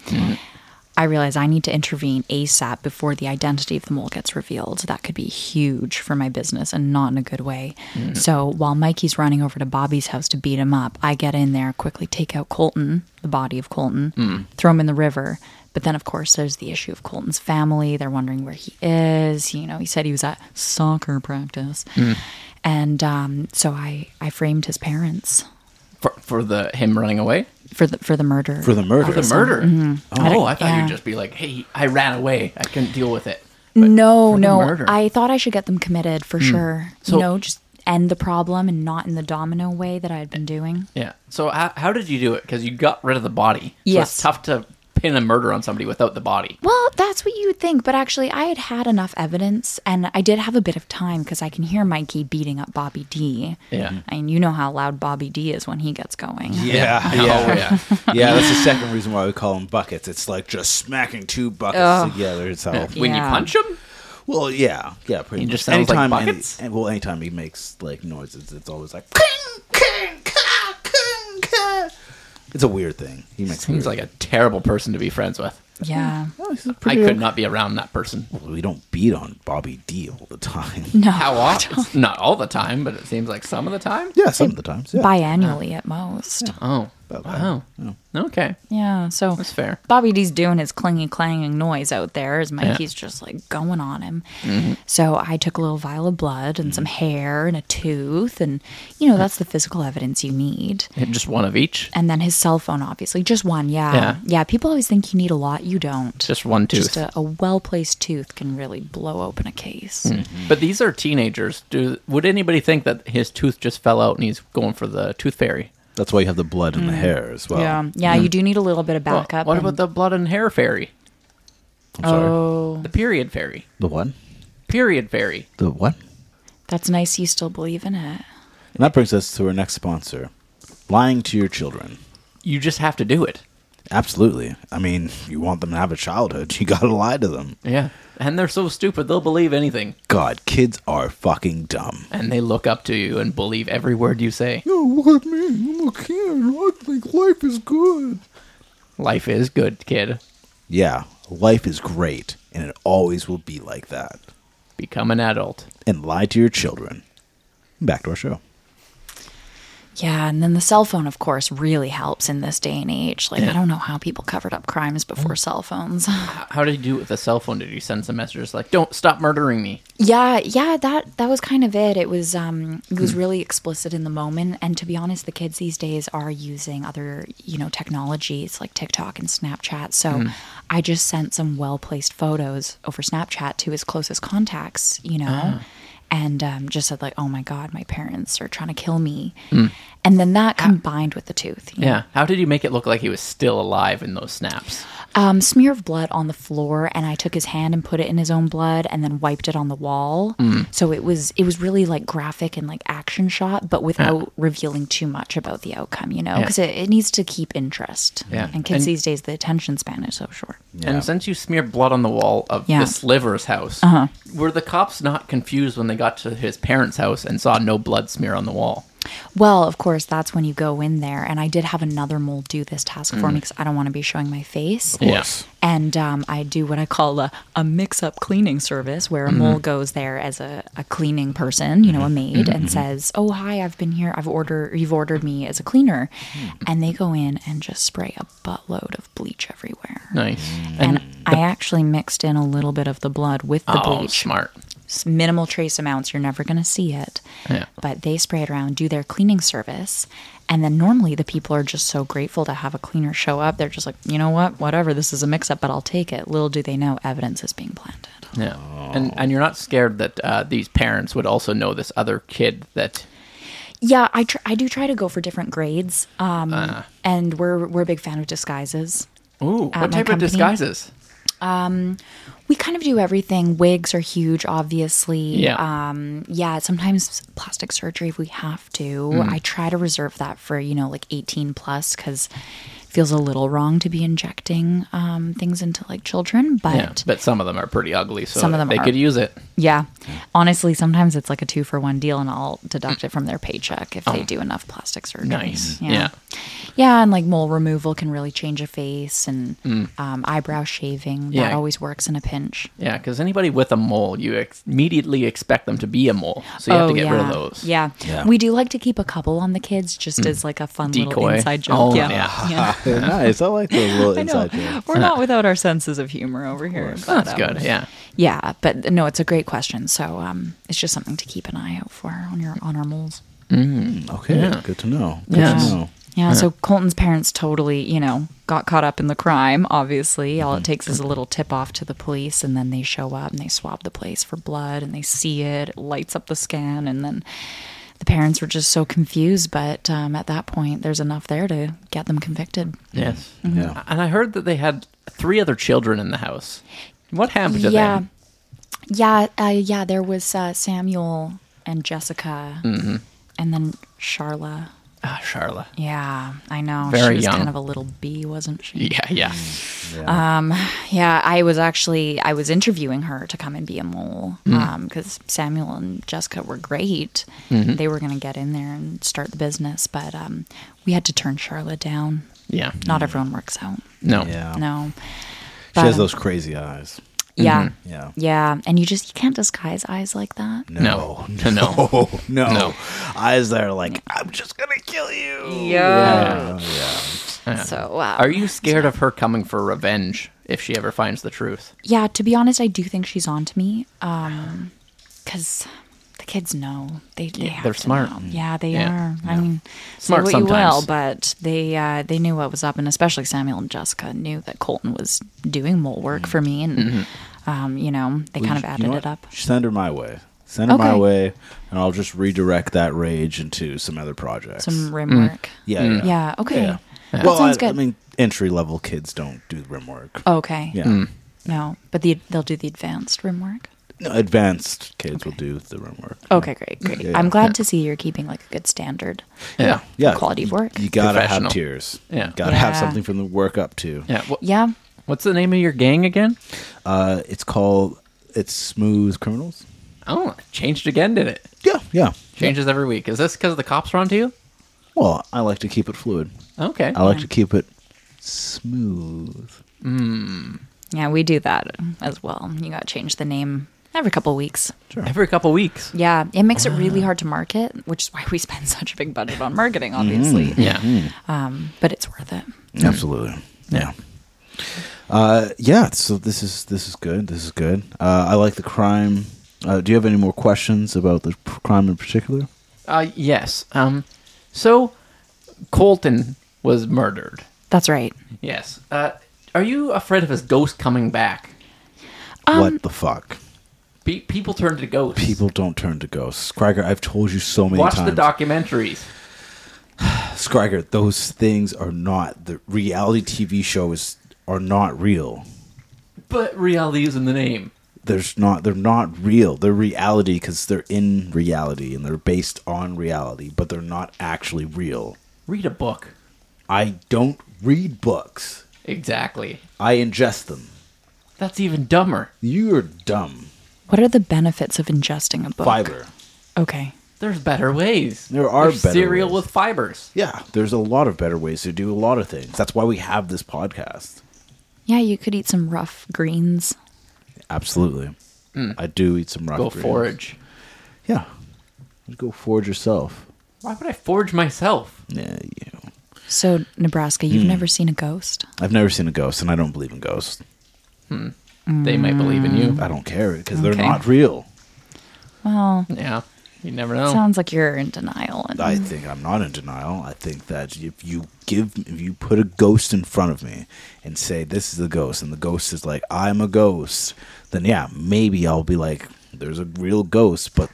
Speaker 3: I realize I need to intervene ASAP before the identity of the mole gets revealed. That could be huge for my business and not in a good way.
Speaker 1: Mm-hmm.
Speaker 3: So while Mikey's running over to Bobby's house to beat him up, I get in there, quickly take out Colton, the body of Colton,
Speaker 1: Mm.
Speaker 3: throw him in the river. But then, of course, there's the issue of Colton's family. They're wondering where he is. You know, he said he was at soccer practice.
Speaker 1: Mm.
Speaker 3: And um, so I, I framed his parents
Speaker 2: for, for the him running away
Speaker 3: for the, for the murder.
Speaker 1: for the murder?
Speaker 2: for the murder. Oh, I thought
Speaker 3: yeah.
Speaker 2: you'd just be like, "Hey, I ran away. I couldn't deal with it."
Speaker 3: no,
Speaker 2: for the
Speaker 3: no.
Speaker 2: murder.
Speaker 3: I thought I should get them committed for sure.
Speaker 2: So-
Speaker 3: you know, just end the problem and not in the domino way that I had been doing.
Speaker 2: Yeah. So how, how did you do it? Because you got rid of the body. So
Speaker 3: Yes.
Speaker 2: it's tough to pin a murder on somebody without the body.
Speaker 3: Well, that's what you would think, but actually, I had had enough evidence, and I did have a bit of time because I can hear Mikey beating up Bobby D.
Speaker 2: Yeah. Mhm.
Speaker 3: and you know how loud Bobby D is when he gets going.
Speaker 1: Yeah,
Speaker 2: Oh yeah.
Speaker 1: yeah, that's the second reason why we call them buckets. It's like just smacking two buckets
Speaker 3: Ugh.
Speaker 1: together. It's how.
Speaker 2: When you
Speaker 3: Yeah.
Speaker 2: punch him,
Speaker 1: Well, yeah, yeah, pretty
Speaker 2: It
Speaker 1: much.
Speaker 2: just sounds like
Speaker 1: any-
Speaker 2: buckets?
Speaker 1: and- well, anytime he makes like noises, it's always like king, king, ka, king, ka. It's a weird thing. He makes
Speaker 2: Seems like Oh, a terrible person to be friends with.
Speaker 3: Yeah.
Speaker 2: I could not be around that person.
Speaker 1: We don't beat on Bobby D all the time.
Speaker 3: No.
Speaker 2: How often? Not all the time, but it seems like some of the time.
Speaker 1: Yeah, some of the times. Yeah.
Speaker 3: Biannually at most.
Speaker 2: Oh,
Speaker 1: About that.
Speaker 2: wow. Okay,
Speaker 3: Yeah. So
Speaker 2: that's fair.
Speaker 3: Bobby D's doing his clingy clanging noise out there as Mikey's just like going on him.
Speaker 2: Mm-hmm.
Speaker 3: So I took a little vial of blood and some hair and a tooth, and you know, that's the physical evidence you need.
Speaker 2: And just one of each.
Speaker 3: And then his cell phone, obviously, just one. Yeah.
Speaker 2: Yeah.
Speaker 3: people always think you need a lot. You don't.
Speaker 2: Just one tooth.
Speaker 3: Just a, a well placed tooth can really blow open a case.
Speaker 2: Hmm. But these are teenagers. Do would anybody think that his tooth just fell out and he's going for the tooth fairy?
Speaker 1: That's why you have the blood and the
Speaker 2: Hmm.
Speaker 1: hair as well.
Speaker 3: Yeah, yeah, you do need a little bit of
Speaker 2: Well,
Speaker 3: backup.
Speaker 2: what
Speaker 3: and-
Speaker 2: about the blood and hair fairy?
Speaker 1: I'm sorry.
Speaker 3: Oh,
Speaker 2: The period fairy.
Speaker 1: The what?
Speaker 2: Period fairy.
Speaker 1: The what?
Speaker 3: that's nice. You still believe in it.
Speaker 1: And that brings us to our next sponsor lying to your children.
Speaker 2: You just have to do it.
Speaker 1: Absolutely. I mean, you want them to have a childhood, you gotta lie to them.
Speaker 2: Yeah. And they're so stupid, they'll believe anything.
Speaker 1: God, kids are fucking dumb.
Speaker 2: And they look up to you and believe every word you say.
Speaker 1: Oh, look at me. I'm a kid. I think life is good.
Speaker 2: Life is good, kid.
Speaker 1: Yeah, life is great, and it always will be like that.
Speaker 2: Become an adult.
Speaker 1: And lie to your children. Back to our show.
Speaker 3: Yeah, and then the cell phone, of course, really helps in this day and age. Like, I don't know how people covered up crimes before cell phones.
Speaker 2: H- How did you do it with the cell phone? Did you send some messages like, "Don't stop murdering me"?
Speaker 3: yeah, yeah, that that was kind of it. It was um, it was really explicit in the moment. And to be honest, the kids these days are using other you know technologies like TikTok and Snapchat. So I just sent some well placed photos over Snapchat to his closest contacts. You know. And um, just said like, oh my god, my parents are trying to kill me, and then that combined with the tooth, you know?
Speaker 2: Yeah. How did you make it look like he was still alive in those snaps?
Speaker 3: um, smear of blood on the floor and i took his hand and put it in his own blood and then wiped it on the wall
Speaker 2: Mm.
Speaker 3: so it was it was really like graphic and like action shot but without revealing too much about the outcome you know
Speaker 2: Yeah.
Speaker 3: because it, it needs to keep interest
Speaker 2: Yeah.
Speaker 3: and kids
Speaker 2: And-
Speaker 3: these days the attention span is so short
Speaker 1: Yeah.
Speaker 2: And since you smeared blood on the wall of
Speaker 3: Yeah. Uh-huh.
Speaker 2: this Liver's house, were the cops not confused when they got to his parents' house and saw no blood smear on the wall?
Speaker 3: well of course that's when you go in there and i did have another mole do this task
Speaker 2: Mm.
Speaker 3: for me because i don't want to be showing my face
Speaker 2: Yeah.
Speaker 3: And um, I do what I call a, a mix up cleaning service where a mole goes there as a, a cleaning person, you know, a maid, and says, Oh, hi, I've been here. I've ordered, you've ordered me as a cleaner. And they go in and just spray a buttload of bleach everywhere.
Speaker 2: Nice.
Speaker 3: Mm. And I actually mixed in a little bit of the blood with the
Speaker 2: oh,
Speaker 3: bleach.
Speaker 2: smart.
Speaker 3: It's minimal trace amounts. You're never going to see it.
Speaker 2: Yeah.
Speaker 3: But they spray it around, do their cleaning service. And then normally the people are just so grateful to have a cleaner show up. They're just like, you know what? Whatever. This is a mix up, but I'll take it. Little do they know evidence is being planted.
Speaker 2: Yeah. And and you're not scared that uh, these parents would also know this other kid that
Speaker 3: Yeah, I, tr- I do try to go for different grades. Um, And we're, we're a big fan of disguises.
Speaker 2: Ooh, what
Speaker 3: At my
Speaker 2: type of
Speaker 3: company?
Speaker 2: disguises?
Speaker 3: We kind of do everything. Wigs are huge, obviously.
Speaker 2: Yeah.
Speaker 3: Um, yeah. Sometimes plastic surgery if we have to.
Speaker 2: Hmm.
Speaker 3: I try to reserve that for you know like eighteen plus because feels a little wrong to be injecting um, things into like children. But
Speaker 2: Yeah. But some of them are pretty ugly, so
Speaker 3: Some of them
Speaker 2: they
Speaker 3: are.
Speaker 2: could use it.
Speaker 3: yeah, honestly, sometimes it's like a two for one deal, and I'll deduct it from their paycheck if they do enough plastic surgery.
Speaker 2: Oh. Nice.
Speaker 3: Yeah.
Speaker 2: Yeah.
Speaker 3: Yeah, and like mole removal can really change a face, and um, eyebrow shaving that
Speaker 2: Hmm. Yeah.
Speaker 3: always works in a pinch.
Speaker 2: Yeah, because anybody with a mole, you ex- immediately expect them to be a mole, so you have to get
Speaker 3: Oh, yeah.
Speaker 2: rid of those. Mm.
Speaker 3: Yeah.
Speaker 1: Yeah.
Speaker 3: We do like to keep a couple on the kids just as like a fun little
Speaker 2: Decoy.
Speaker 3: inside joke.
Speaker 2: Oh,
Speaker 3: yeah.
Speaker 2: yeah.
Speaker 1: nice. I like those little
Speaker 3: I know.
Speaker 1: inside jokes.
Speaker 3: We're not without our senses of humor over here. but,
Speaker 2: That's
Speaker 3: um,
Speaker 2: good. Yeah.
Speaker 3: Yeah, but no, it's a great question. So um, it's just something to keep an eye out for on your on our moles.
Speaker 1: Okay,
Speaker 2: Yeah.
Speaker 1: good to know. Good
Speaker 2: Yeah.
Speaker 1: to know.
Speaker 3: Yeah, so Colton's parents totally, you know, got caught up in the crime, obviously.
Speaker 2: Mm-hmm.
Speaker 3: All it takes is a little tip off to the police, and then they show up and they swab the place for blood and they see it, it lights up the scan, and then the parents were just so confused. But um, at that point, there's enough there to get them convicted.
Speaker 2: Yes.
Speaker 3: Mm-hmm.
Speaker 1: Yeah.
Speaker 2: Mm. And I heard that they had three other children in the house. What happened to
Speaker 3: yeah.
Speaker 2: them?
Speaker 3: Yeah, uh, yeah, there was uh, Samuel and Jessica,
Speaker 2: Mm-hmm.
Speaker 3: and then Charla.
Speaker 2: Ah, Charla.
Speaker 3: Yeah, I know. she
Speaker 2: Very
Speaker 3: was
Speaker 2: young.
Speaker 3: kind of a little bee, wasn't she?
Speaker 2: Yeah, yeah.
Speaker 3: Yeah, I was actually I was interviewing her to come and be a mole
Speaker 1: Hmm.
Speaker 3: because Samuel and Jessica were great.
Speaker 1: Mm-hmm.
Speaker 3: They were going to get in there and start the business, but um, we had to turn Charlotte down
Speaker 2: Yeah.
Speaker 3: Not everyone works out.
Speaker 2: No.
Speaker 1: Yeah.
Speaker 3: No.
Speaker 1: Hmm. She has
Speaker 3: But-
Speaker 1: those mm-hmm. crazy eyes.
Speaker 3: Yeah.
Speaker 1: Yeah.
Speaker 3: Yeah. And you just you can't disguise eyes like that.
Speaker 1: No.
Speaker 2: No. No.
Speaker 1: No. No.
Speaker 2: No.
Speaker 1: Eyes that are like, I'm just going to kill you.
Speaker 3: Yeah.
Speaker 1: Oh, yeah.
Speaker 3: So uh, wow.
Speaker 2: Are you scared of her coming for revenge if she ever finds the truth?
Speaker 3: Yeah, to be honest, I do think she's on to me. Um, because the kids know they, they have
Speaker 2: they're
Speaker 3: to
Speaker 2: smart.
Speaker 1: Mm.
Speaker 3: know. Yeah, they
Speaker 2: Yeah.
Speaker 3: are. I mean,
Speaker 2: Smart
Speaker 3: smart say what you will,
Speaker 2: sometimes.
Speaker 3: but they uh, they knew what was up, and especially Samuel and Jessica knew that Colton was doing mole work for me, and um, you know, they
Speaker 1: Mm-hmm. Well,
Speaker 3: kind of
Speaker 1: you- you
Speaker 3: added
Speaker 1: know
Speaker 3: it
Speaker 1: what?
Speaker 3: up.
Speaker 1: Send her my way. Send her my
Speaker 3: Okay.
Speaker 1: way, and I'll just redirect that rage into some other projects.
Speaker 3: Some rim work.
Speaker 1: Mm. yeah,
Speaker 3: Yeah.
Speaker 1: yeah.
Speaker 3: okay.
Speaker 1: Yeah.
Speaker 3: That
Speaker 1: Well,
Speaker 3: sounds
Speaker 1: I,
Speaker 3: good. Oh.
Speaker 1: I mean, entry level kids don't do rim work.
Speaker 3: okay. Mm,
Speaker 1: Yeah.
Speaker 2: Hmm.
Speaker 3: No, but the, they'll do the advanced rim work.
Speaker 1: No, advanced kids will do the rim work.
Speaker 3: Okay, great, great.
Speaker 1: Yeah, yeah.
Speaker 3: I'm glad to see you're keeping like a good standard.
Speaker 2: Yeah.
Speaker 1: Yeah.
Speaker 3: Quality of work.
Speaker 1: You, you gotta have
Speaker 2: Professional.
Speaker 1: tears.
Speaker 2: Yeah.
Speaker 1: You gotta have
Speaker 3: Yeah.
Speaker 1: something from the work up to.
Speaker 2: Yeah. Wha-
Speaker 3: Yeah.
Speaker 2: What's the name of your gang again?
Speaker 1: Uh, it's called it's smooth criminals.
Speaker 2: Oh, it changed again, did it?
Speaker 1: Yeah, yeah.
Speaker 2: Changes every week. Is this because the cops are onto you?
Speaker 1: Well, I like to keep it fluid.
Speaker 2: Okay.
Speaker 1: I like to keep it smooth.
Speaker 3: Yeah, we do that as well. You got to change the name every couple weeks.
Speaker 2: Every couple weeks.
Speaker 3: Yeah, it makes it really hard to market, which is why we spend such a big budget on marketing, obviously.
Speaker 1: Mm. Mm-hmm.
Speaker 2: Yeah.
Speaker 3: Um, but it's worth it.
Speaker 1: Absolutely. Yeah. Uh, yeah. So this is this is good. This is good. Uh, I like the crime. Uh, do you have any more questions about the p- crime in particular?
Speaker 2: Uh, yes. Um, so Colton was murdered.
Speaker 3: That's right.
Speaker 2: Yes. Uh, are you afraid of his ghost coming back?
Speaker 1: what the fuck?
Speaker 2: Pe- people turn to ghosts.
Speaker 1: People don't turn to ghosts. Scriger, I've told you so many
Speaker 2: watch
Speaker 1: times.
Speaker 2: the documentaries.
Speaker 1: Scriger, those things are not the reality TV shows are not real.
Speaker 2: But reality is in the name.
Speaker 1: There's not they're not real. They're reality because they're in reality and they're based on reality, but they're not actually real.
Speaker 2: Read a book.
Speaker 1: I don't read books.
Speaker 2: Exactly.
Speaker 1: I ingest them.
Speaker 2: That's even dumber.
Speaker 1: You're dumb.
Speaker 3: What are the benefits of ingesting a book?
Speaker 1: Fiber.
Speaker 3: Okay.
Speaker 2: There's better ways.
Speaker 1: There are
Speaker 2: There's
Speaker 1: better
Speaker 2: cereal
Speaker 1: ways.
Speaker 2: with fibers.
Speaker 1: Yeah, there's a lot of better ways to do a lot of things. That's why we have this podcast.
Speaker 3: Yeah, you could eat some rough greens.
Speaker 1: Absolutely. I do eat some rock
Speaker 2: Go
Speaker 1: greens.
Speaker 2: forage.
Speaker 1: Yeah. Go forage yourself.
Speaker 2: Why would I forage myself?
Speaker 1: Yeah, you.
Speaker 3: So, Nebraska,
Speaker 1: Mm.
Speaker 3: you've never seen a ghost?
Speaker 1: I've never seen a ghost, and I don't believe in ghosts.
Speaker 2: They might believe in
Speaker 3: Mm.
Speaker 2: you.
Speaker 1: I don't care because
Speaker 3: Okay.
Speaker 1: they're not real.
Speaker 3: Well,
Speaker 2: Yeah. You never know.
Speaker 3: sounds like you're in denial. And,
Speaker 1: I think I'm not in denial. I think that if you give, if you put a ghost in front of me and say, this is a ghost, and the ghost is like, I'm a ghost, then yeah, maybe I'll be like, there's a real ghost. But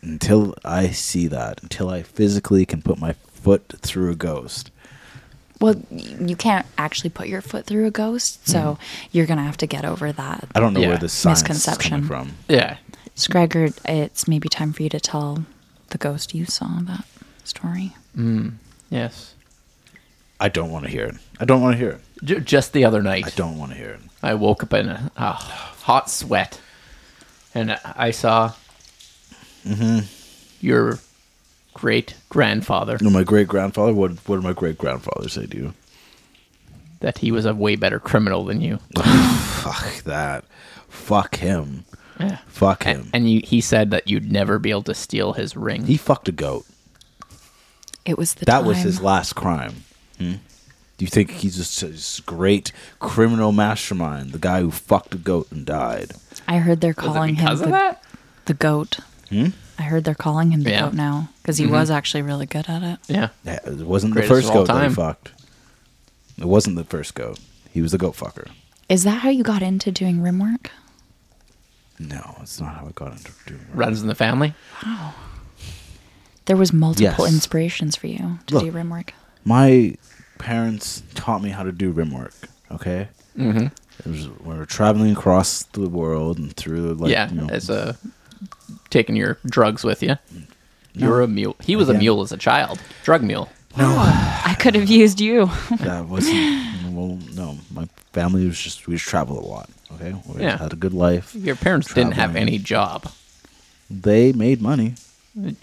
Speaker 1: until I see that, until I physically can put my foot through a ghost,
Speaker 3: well, y- you can't actually put your foot through a ghost,
Speaker 1: Mm.
Speaker 3: so you're going to have to get over that.
Speaker 1: I don't know
Speaker 2: Yeah.
Speaker 1: where this science
Speaker 3: Misconception.
Speaker 1: is coming from.
Speaker 2: yeah.
Speaker 3: Scraggard, it's maybe time for you to tell the ghost you saw that story.
Speaker 2: Yes.
Speaker 1: I don't want to hear it. I don't want to hear it.
Speaker 2: J- just the other night.
Speaker 1: I don't want to hear it.
Speaker 2: I woke up in a, a hot sweat, and I saw
Speaker 1: Mm-hmm.
Speaker 2: your great grandfather.
Speaker 1: No, my great grandfather. What? What did my great grandfather say to you?
Speaker 2: That he was a way better criminal than you.
Speaker 1: Fuck that. Fuck him.
Speaker 2: Yeah.
Speaker 1: Fuck him.
Speaker 2: And, and you, he said that you'd never be able to steal his ring.
Speaker 1: he fucked a goat.
Speaker 3: It was the
Speaker 1: That
Speaker 3: time.
Speaker 1: was his last crime.
Speaker 2: Hmm.
Speaker 1: Do you think he's just this great criminal mastermind, the guy who fucked a goat and died?
Speaker 3: I heard they're
Speaker 2: was
Speaker 3: calling
Speaker 2: it because
Speaker 3: him
Speaker 2: of
Speaker 3: the,
Speaker 2: that?
Speaker 3: the goat.
Speaker 1: Hmm?
Speaker 3: I heard they're calling him the
Speaker 2: Yeah.
Speaker 3: goat now because
Speaker 1: Mm-hmm.
Speaker 3: he was actually really good at it.
Speaker 2: Yeah.
Speaker 1: That- It wasn't
Speaker 2: Greatest
Speaker 1: the
Speaker 2: of
Speaker 1: first
Speaker 2: all
Speaker 1: goat that
Speaker 2: time.
Speaker 1: he fucked. It wasn't the first goat. He was the goat fucker.
Speaker 3: Is that how you got into doing rim work?
Speaker 1: No, it's not how I got into doing it.
Speaker 2: Runs in the family.
Speaker 3: There was multiple
Speaker 1: Yes.
Speaker 3: inspirations for you to
Speaker 1: Look.
Speaker 3: do rim work.
Speaker 1: My parents taught me how to do rim work. Okay, mm-hmm. it was, we were traveling across the world and through like
Speaker 2: yeah.
Speaker 1: you know,
Speaker 2: As a taking your drugs with you. You're a mule. He was a
Speaker 1: Again.
Speaker 2: mule as a child. Drug mule.
Speaker 3: I could have used you.
Speaker 1: that wasn't well no my family was just we just traveled a lot okay we
Speaker 2: Yeah.
Speaker 1: had a good life
Speaker 2: Your parents didn't have
Speaker 1: Traveling.
Speaker 2: any job.
Speaker 1: they made money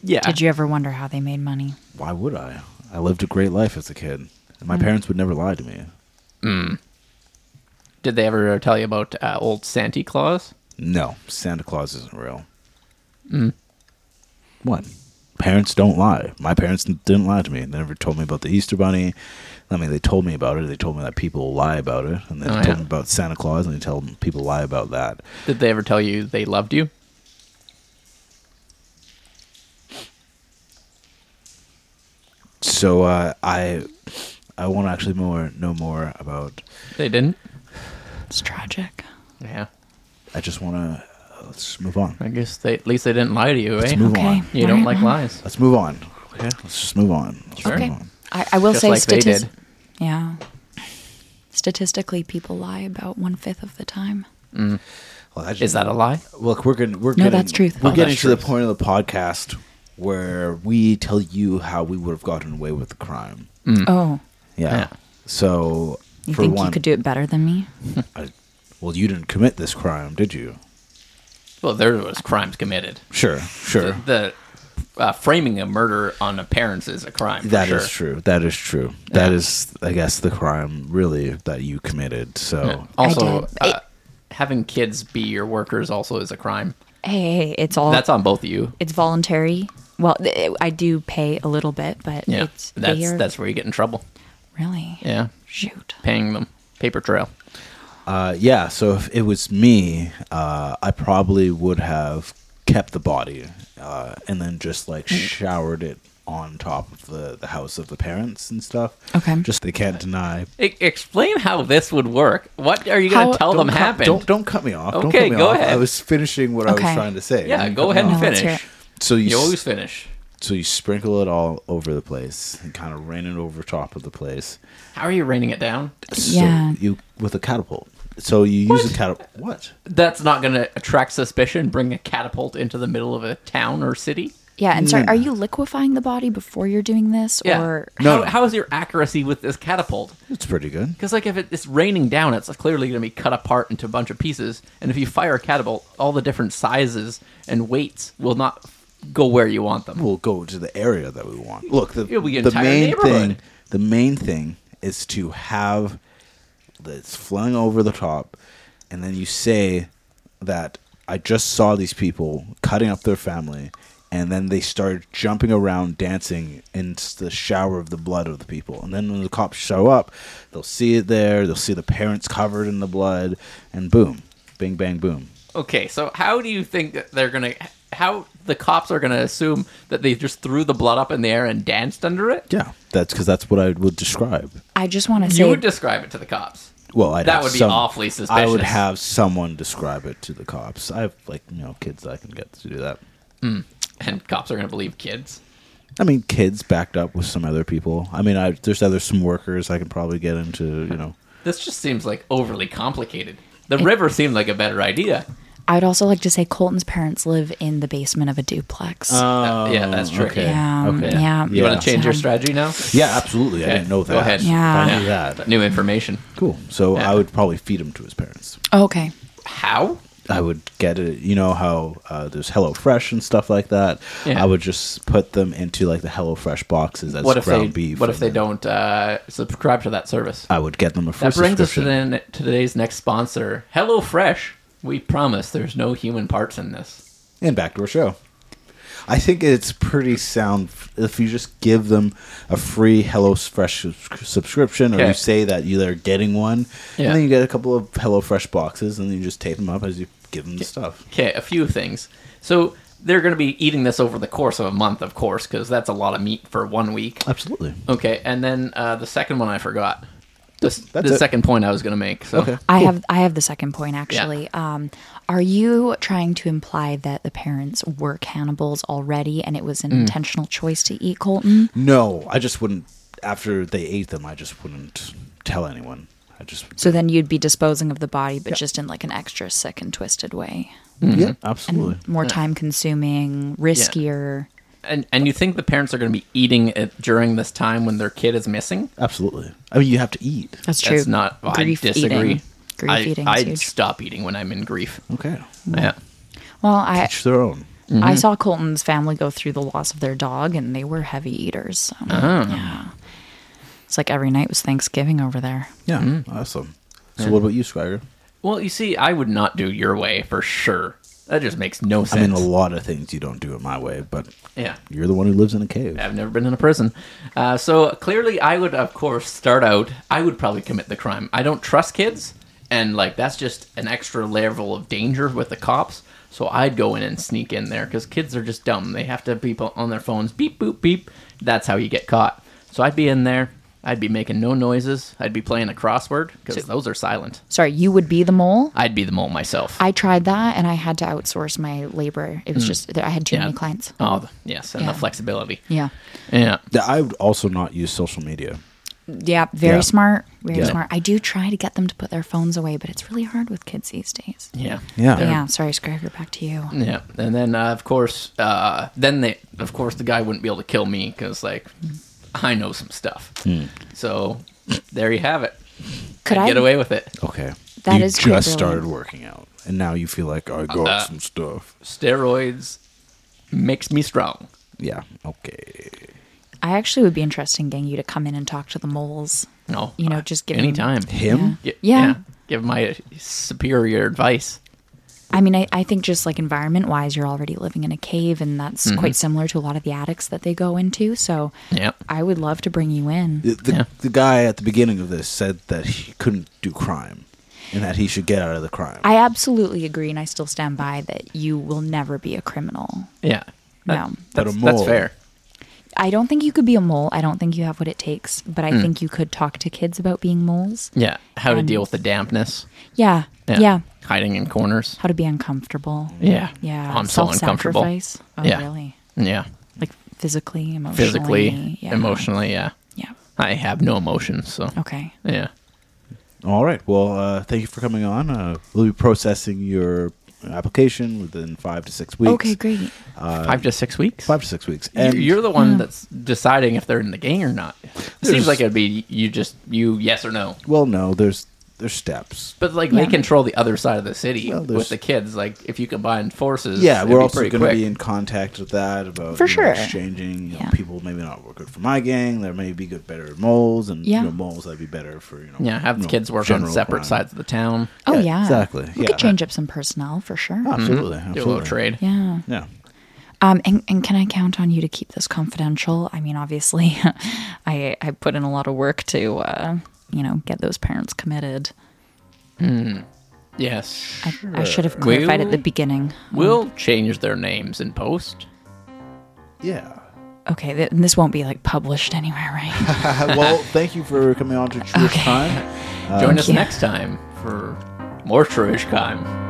Speaker 2: Yeah.
Speaker 3: Did you ever wonder how they made money?
Speaker 1: why would i i lived a great life as a kid And
Speaker 2: Mm.
Speaker 1: my parents would never lie to me.
Speaker 2: Did they ever tell you about uh, old Santa Claus?
Speaker 1: No, Santa Claus isn't real.
Speaker 2: Mm.
Speaker 1: What? Parents don't lie. My parents n- didn't lie to me. They never told me about the Easter Bunny. I mean, they told me about it. They told me that people lie about it, and they
Speaker 2: Oh,
Speaker 1: told
Speaker 2: yeah.
Speaker 1: me about Santa Claus, and they tell them people lie about that.
Speaker 2: Did they ever tell you they loved you?
Speaker 1: So uh, I, I want to actually more know more about.
Speaker 2: They didn't.
Speaker 3: It's tragic.
Speaker 2: Yeah,
Speaker 1: I just want to. Uh, let's move on.
Speaker 2: I guess they at least they didn't lie to you, eh?
Speaker 1: Let's move
Speaker 3: Okay.
Speaker 1: on.
Speaker 2: You don't like lies.
Speaker 1: Let's move on. Okay, let's just move on. Let's
Speaker 2: Sure.
Speaker 1: move
Speaker 3: Okay.
Speaker 1: on.
Speaker 3: I, I will
Speaker 2: Just
Speaker 3: say
Speaker 2: like they
Speaker 3: statis-
Speaker 2: did.
Speaker 3: Yeah. Statistically, people lie about one fifth of the time.
Speaker 1: Well, I just-
Speaker 2: Is that a lie?
Speaker 1: Look, we're getting we're
Speaker 3: No,
Speaker 1: getting,
Speaker 3: that's truth.
Speaker 1: We're
Speaker 3: Oh,
Speaker 1: getting
Speaker 2: that's
Speaker 1: to the
Speaker 2: truth.
Speaker 1: point of the podcast where we tell you how we would have gotten away with the crime.
Speaker 2: Mm.
Speaker 3: Oh,
Speaker 1: Yeah.
Speaker 2: Yeah.
Speaker 1: So
Speaker 3: you
Speaker 1: for
Speaker 3: think
Speaker 1: one,
Speaker 3: you could do it better than me?
Speaker 1: I, well, you didn't commit this crime, did you?
Speaker 2: Well, there was crimes committed.
Speaker 1: Sure, sure.
Speaker 2: The uh, framing a murder on appearance is a crime. for
Speaker 1: That is
Speaker 2: sure.
Speaker 1: true. That is true. That
Speaker 2: Yeah.
Speaker 1: is, I guess, the crime really that you committed. So
Speaker 2: Yeah. Oh. Also,
Speaker 3: did.
Speaker 2: uh, having kids be your workers also is a crime.
Speaker 3: Hey, hey, it's all
Speaker 2: That's on both of you.
Speaker 3: it's voluntary. Well, th- I do pay a little bit, but
Speaker 2: Yeah,
Speaker 3: it's they
Speaker 2: that's
Speaker 3: are-
Speaker 2: that's where you get in trouble.
Speaker 3: really
Speaker 2: Yeah,
Speaker 3: shoot.
Speaker 2: paying them paper trail.
Speaker 1: Uh, yeah, so if it was me, uh, I probably would have kept the body uh, and then just like
Speaker 3: Mm.
Speaker 1: showered it on top of the, the house of the parents and stuff.
Speaker 3: Okay.
Speaker 1: Just they can't deny.
Speaker 2: E- explain how this would work. What are you going
Speaker 3: How-
Speaker 2: to tell
Speaker 1: Don't
Speaker 2: them
Speaker 1: cut-
Speaker 2: happened?
Speaker 1: Don't don't cut me off. don't
Speaker 2: Okay,
Speaker 1: cut me
Speaker 2: go
Speaker 1: off.
Speaker 2: ahead.
Speaker 1: I was finishing what I
Speaker 3: Okay.
Speaker 1: was trying to say.
Speaker 2: yeah,
Speaker 1: You
Speaker 2: go
Speaker 1: cut me
Speaker 2: ahead and
Speaker 1: off.
Speaker 3: No, let's hear
Speaker 2: finish.
Speaker 1: So you,
Speaker 2: You
Speaker 1: s-
Speaker 2: always finish.
Speaker 1: so you sprinkle it all over the place and kind of rain it over top of the place.
Speaker 2: How are you raining it down?
Speaker 1: So
Speaker 3: Yeah.
Speaker 1: you with a catapult. So you use a catapult. What?
Speaker 2: That's not going to attract suspicion. Bring a catapult into the middle of a town or city.
Speaker 3: Yeah, and sorry, are you liquefying the body before you're doing this,
Speaker 2: Yeah.
Speaker 3: or
Speaker 1: No,
Speaker 2: How,
Speaker 1: no.
Speaker 2: how is your accuracy with this catapult?
Speaker 1: It's pretty good.
Speaker 2: Because like if it, it's raining down, it's clearly going to be cut apart into a bunch of pieces. And if you fire a catapult, all the different sizes and weights will not go where you want them.
Speaker 1: we'll go to the area that we want. Look, the,
Speaker 2: It'll be an
Speaker 1: the
Speaker 2: entire
Speaker 1: main
Speaker 2: neighborhood.
Speaker 1: thing, the main thing is to have this flung over the top, and then you say that I just saw these people cutting up their family, and then they started jumping around, dancing in s- the shower of the blood of the people. And then when the cops show up, they'll see it there. They'll see the parents covered in the blood, and boom, bing bang boom.
Speaker 2: Okay, so how do you think that they're gonna? How the cops are gonna assume that they just threw the blood up in the air and danced under it?
Speaker 1: Yeah, that's because that's what I would describe.
Speaker 3: I just want to
Speaker 2: You
Speaker 3: say
Speaker 2: would describe it to the cops.
Speaker 1: Well, I'd
Speaker 2: That
Speaker 1: have
Speaker 2: would be
Speaker 1: some-
Speaker 2: awfully
Speaker 1: I would
Speaker 2: suspicious.
Speaker 1: have someone describe it to the cops. I have like you know kids that I can get to do that.
Speaker 2: and cops are gonna believe kids.
Speaker 1: I mean, kids backed up with some other people. I mean, I, there's other some workers I can probably get into. You know,
Speaker 2: This just seems like overly complicated. The river seemed like a better idea.
Speaker 3: I would also like to say Colton's parents live in the basement of a duplex.
Speaker 2: Uh, yeah, that's true.
Speaker 1: okay.
Speaker 3: yeah,
Speaker 1: okay.
Speaker 3: yeah.
Speaker 2: You want to change your
Speaker 3: So-
Speaker 2: strategy now?
Speaker 1: Yeah, absolutely. I
Speaker 2: Okay,
Speaker 1: didn't know that.
Speaker 2: Go ahead.
Speaker 3: Yeah.
Speaker 1: I knew that.
Speaker 2: New information.
Speaker 1: Cool. So
Speaker 2: Yeah.
Speaker 1: I would probably feed him to his parents.
Speaker 3: Oh, okay,
Speaker 2: How?
Speaker 1: I would get it. You know how uh, there's Hello Fresh and stuff like that.
Speaker 2: Yeah.
Speaker 1: I would just put them into like the Hello Fresh boxes as
Speaker 2: what if
Speaker 1: ground
Speaker 2: they?
Speaker 1: beef.
Speaker 2: what if
Speaker 1: and
Speaker 2: they
Speaker 1: then
Speaker 2: don't uh, subscribe to that service?
Speaker 1: I would get them a free
Speaker 2: That brings us to
Speaker 1: subscription.
Speaker 2: the, today's next sponsor, HelloFresh. We promise there's no human parts in this.
Speaker 1: and backdoor show. I think it's pretty sound f- if you just give them a free Hello Fresh subs- subscription, or
Speaker 2: Okay.
Speaker 1: you say that you they're getting one,
Speaker 2: Yeah.
Speaker 1: and then you get a couple of Hello Fresh boxes, and then you just tape them up as you give them the stuff.
Speaker 2: Okay, a few things. So they're going to be eating this over the course of a month, of course, because that's a lot of meat for one week.
Speaker 1: Absolutely.
Speaker 2: Okay, and then uh, the second one I forgot. The, s-
Speaker 1: That's
Speaker 2: the
Speaker 1: it.
Speaker 2: second point I was going to make. So.
Speaker 1: Okay.
Speaker 3: I have I have the second point actually. Um, are you trying to imply that the parents were cannibals already, and it was
Speaker 2: Mm.
Speaker 3: an intentional choice to eat Colton?
Speaker 1: No, I just wouldn't. After they ate them, I just wouldn't tell anyone. I just
Speaker 3: So then you'd be disposing of the body, but just in like an extra sick and twisted way,
Speaker 2: Mm-hmm.
Speaker 1: yeah, absolutely.
Speaker 3: more time consuming, riskier.
Speaker 2: And, and you think the parents are going to be eating it during this time when their kid is missing?
Speaker 1: Absolutely. I mean, you have to eat.
Speaker 3: That's true.
Speaker 2: That's not.
Speaker 3: Grief
Speaker 2: I disagree.
Speaker 3: Eating. Grief
Speaker 2: I,
Speaker 3: eating
Speaker 2: I'd
Speaker 3: is huge.
Speaker 2: stop eating when I'm in grief.
Speaker 1: Okay.
Speaker 2: Yeah.
Speaker 3: well, I
Speaker 1: Each their own.
Speaker 2: Mm-hmm.
Speaker 3: I saw
Speaker 2: Ah.
Speaker 3: Colton's family go through the loss of their dog, and they were heavy eaters. So, Yeah. It's like every night was Thanksgiving over there.
Speaker 1: Yeah,
Speaker 2: Mm-hmm.
Speaker 1: awesome. So, what about you, Swagger?
Speaker 2: Well, you see, I would not do your way for sure. That just makes no
Speaker 1: I mean,
Speaker 2: sense.
Speaker 1: a lot of things you don't do it my way, but
Speaker 2: yeah.
Speaker 1: you're the one who lives in a cave.
Speaker 2: I've never been in a prison. Uh, so clearly, I would, of course, start out. I would probably commit the crime. I don't trust kids, and like that's just an extra level of danger with the cops. So I'd go in and sneak in there because kids are just dumb. They have to be po- on their phones. Beep boop beep. That's how you get caught. So I'd be in there. I'd be making no noises. I'd be playing a crossword because those are silent.
Speaker 3: Sorry, you would be the mole.
Speaker 2: I'd be the mole myself.
Speaker 3: I tried that and I had to outsource my labor. It was just that I had too
Speaker 2: Hmm. Yeah.
Speaker 3: many clients.
Speaker 2: oh th- yes, and
Speaker 3: Yeah.
Speaker 2: the flexibility.
Speaker 3: Yeah.
Speaker 2: Yeah.
Speaker 1: Yeah, I would also not use social media.
Speaker 3: Yeah, very
Speaker 1: Yeah.
Speaker 3: smart. Very
Speaker 1: Yeah.
Speaker 3: smart. I do try to get them to put their phones away, but it's really hard with kids these days.
Speaker 2: Yeah. Mm.
Speaker 1: Yeah.
Speaker 3: Yeah, sorry, Scraper, back to you.
Speaker 2: Yeah, and then uh, of course, uh, then they, of course, the guy wouldn't be able to kill me because like I know some stuff. So there you have it.
Speaker 3: Could
Speaker 2: I'd
Speaker 3: I
Speaker 2: get away with it?
Speaker 1: Okay.
Speaker 3: That
Speaker 1: you
Speaker 3: is quite
Speaker 1: just started
Speaker 3: brilliant.
Speaker 1: working out, and now you feel like I got
Speaker 2: Uh,
Speaker 1: some stuff.
Speaker 2: Steroids makes me strong.
Speaker 1: Yeah. Okay.
Speaker 3: I actually would be interested in getting you to come in and talk to the moles.
Speaker 2: No,
Speaker 3: You know,
Speaker 2: uh,
Speaker 3: just give him-
Speaker 2: anytime.
Speaker 1: Him?
Speaker 2: Gi-
Speaker 3: Yeah.
Speaker 2: give my superior advice.
Speaker 3: I mean, I, I think just like environment wise, you're already living in a cave, and that's quite similar to a lot of the attics that they go into. So
Speaker 2: Mm-hmm. Yeah,
Speaker 3: I would love to bring you in.
Speaker 1: The, the,
Speaker 2: Yeah.
Speaker 1: the guy at the beginning of this said that he couldn't do crime, and that he should get out of the crime.
Speaker 3: I absolutely agree, and I still stand by that you will never be a criminal.
Speaker 2: yeah.
Speaker 3: No.
Speaker 1: But a
Speaker 2: That's, that's
Speaker 1: mole-
Speaker 2: fair.
Speaker 3: I don't think you could be a mole. I don't think you have what it takes, but I think you could talk to kids about being moles.
Speaker 2: Yeah, how to
Speaker 3: And-
Speaker 2: deal with the dampness.
Speaker 3: Yeah. Um, Yeah.
Speaker 2: hiding in corners.
Speaker 3: How to be uncomfortable.
Speaker 2: Yeah,
Speaker 3: Yeah.
Speaker 2: Oh, I'm so uncomfortable.
Speaker 3: Self-sacrifice. Oh,
Speaker 2: Yeah.
Speaker 3: really?
Speaker 2: Yeah,
Speaker 3: Like physically, emotionally.
Speaker 2: physically,
Speaker 3: yeah.
Speaker 2: emotionally. Yeah,
Speaker 3: Yeah.
Speaker 2: I have no emotions, so
Speaker 3: Okay.
Speaker 2: yeah.
Speaker 1: All right. Well, uh, thank you for coming on. Uh, we'll be processing your application within five to six weeks.
Speaker 3: Okay, great.
Speaker 2: five to six weeks.
Speaker 1: Uh, Five to six weeks.
Speaker 2: You-
Speaker 1: And
Speaker 2: You're the one that's deciding if they're in the gang or not.
Speaker 1: There's-
Speaker 2: seems like it'd be you just you yes or no.
Speaker 1: well, no, there's there's steps.
Speaker 2: But like
Speaker 3: Yeah.
Speaker 2: they control the other side of the city
Speaker 1: Well, there's-
Speaker 2: with the kids. Like if you combine forces,
Speaker 1: Yeah,
Speaker 2: it'd
Speaker 1: we're
Speaker 2: be
Speaker 1: also
Speaker 2: pretty
Speaker 1: going to
Speaker 2: quick.
Speaker 1: be in contact with that about
Speaker 3: For
Speaker 1: you know,
Speaker 3: sure.
Speaker 1: exchanging you know,
Speaker 3: Yeah.
Speaker 1: people. Maybe not were good for my gang. There may be good better moles, and
Speaker 3: Yeah.
Speaker 1: you know, moles that'd be better for you know.
Speaker 2: yeah, have
Speaker 1: you
Speaker 2: the
Speaker 1: know,
Speaker 2: kids work on
Speaker 1: general
Speaker 2: separate
Speaker 1: crime.
Speaker 2: sides of the town.
Speaker 3: Oh
Speaker 1: Yeah,
Speaker 3: yeah,
Speaker 1: exactly. Yeah.
Speaker 3: We
Speaker 1: Oh.
Speaker 3: could change up some personnel for sure.
Speaker 1: Absolutely,
Speaker 2: Mm-hmm. Do a
Speaker 1: absolutely.
Speaker 2: little trade.
Speaker 3: Yeah.
Speaker 1: Yeah.
Speaker 3: Um. And, and can I count on you to keep this confidential? I mean, obviously, I I put in a lot of work to uh, you know get those parents committed.
Speaker 2: Yes,
Speaker 3: I, I should have clarified at the Mm.
Speaker 2: Will-
Speaker 3: beginning.
Speaker 2: we'll change their names in post.
Speaker 1: Yeah.
Speaker 3: Um, Okay. Th- and this won't be like published anywhere, right?
Speaker 1: Uh, well, thank you for coming on to Jewish
Speaker 3: Okay.
Speaker 1: Time.
Speaker 2: Join us
Speaker 3: you.
Speaker 2: next time for more Truish time.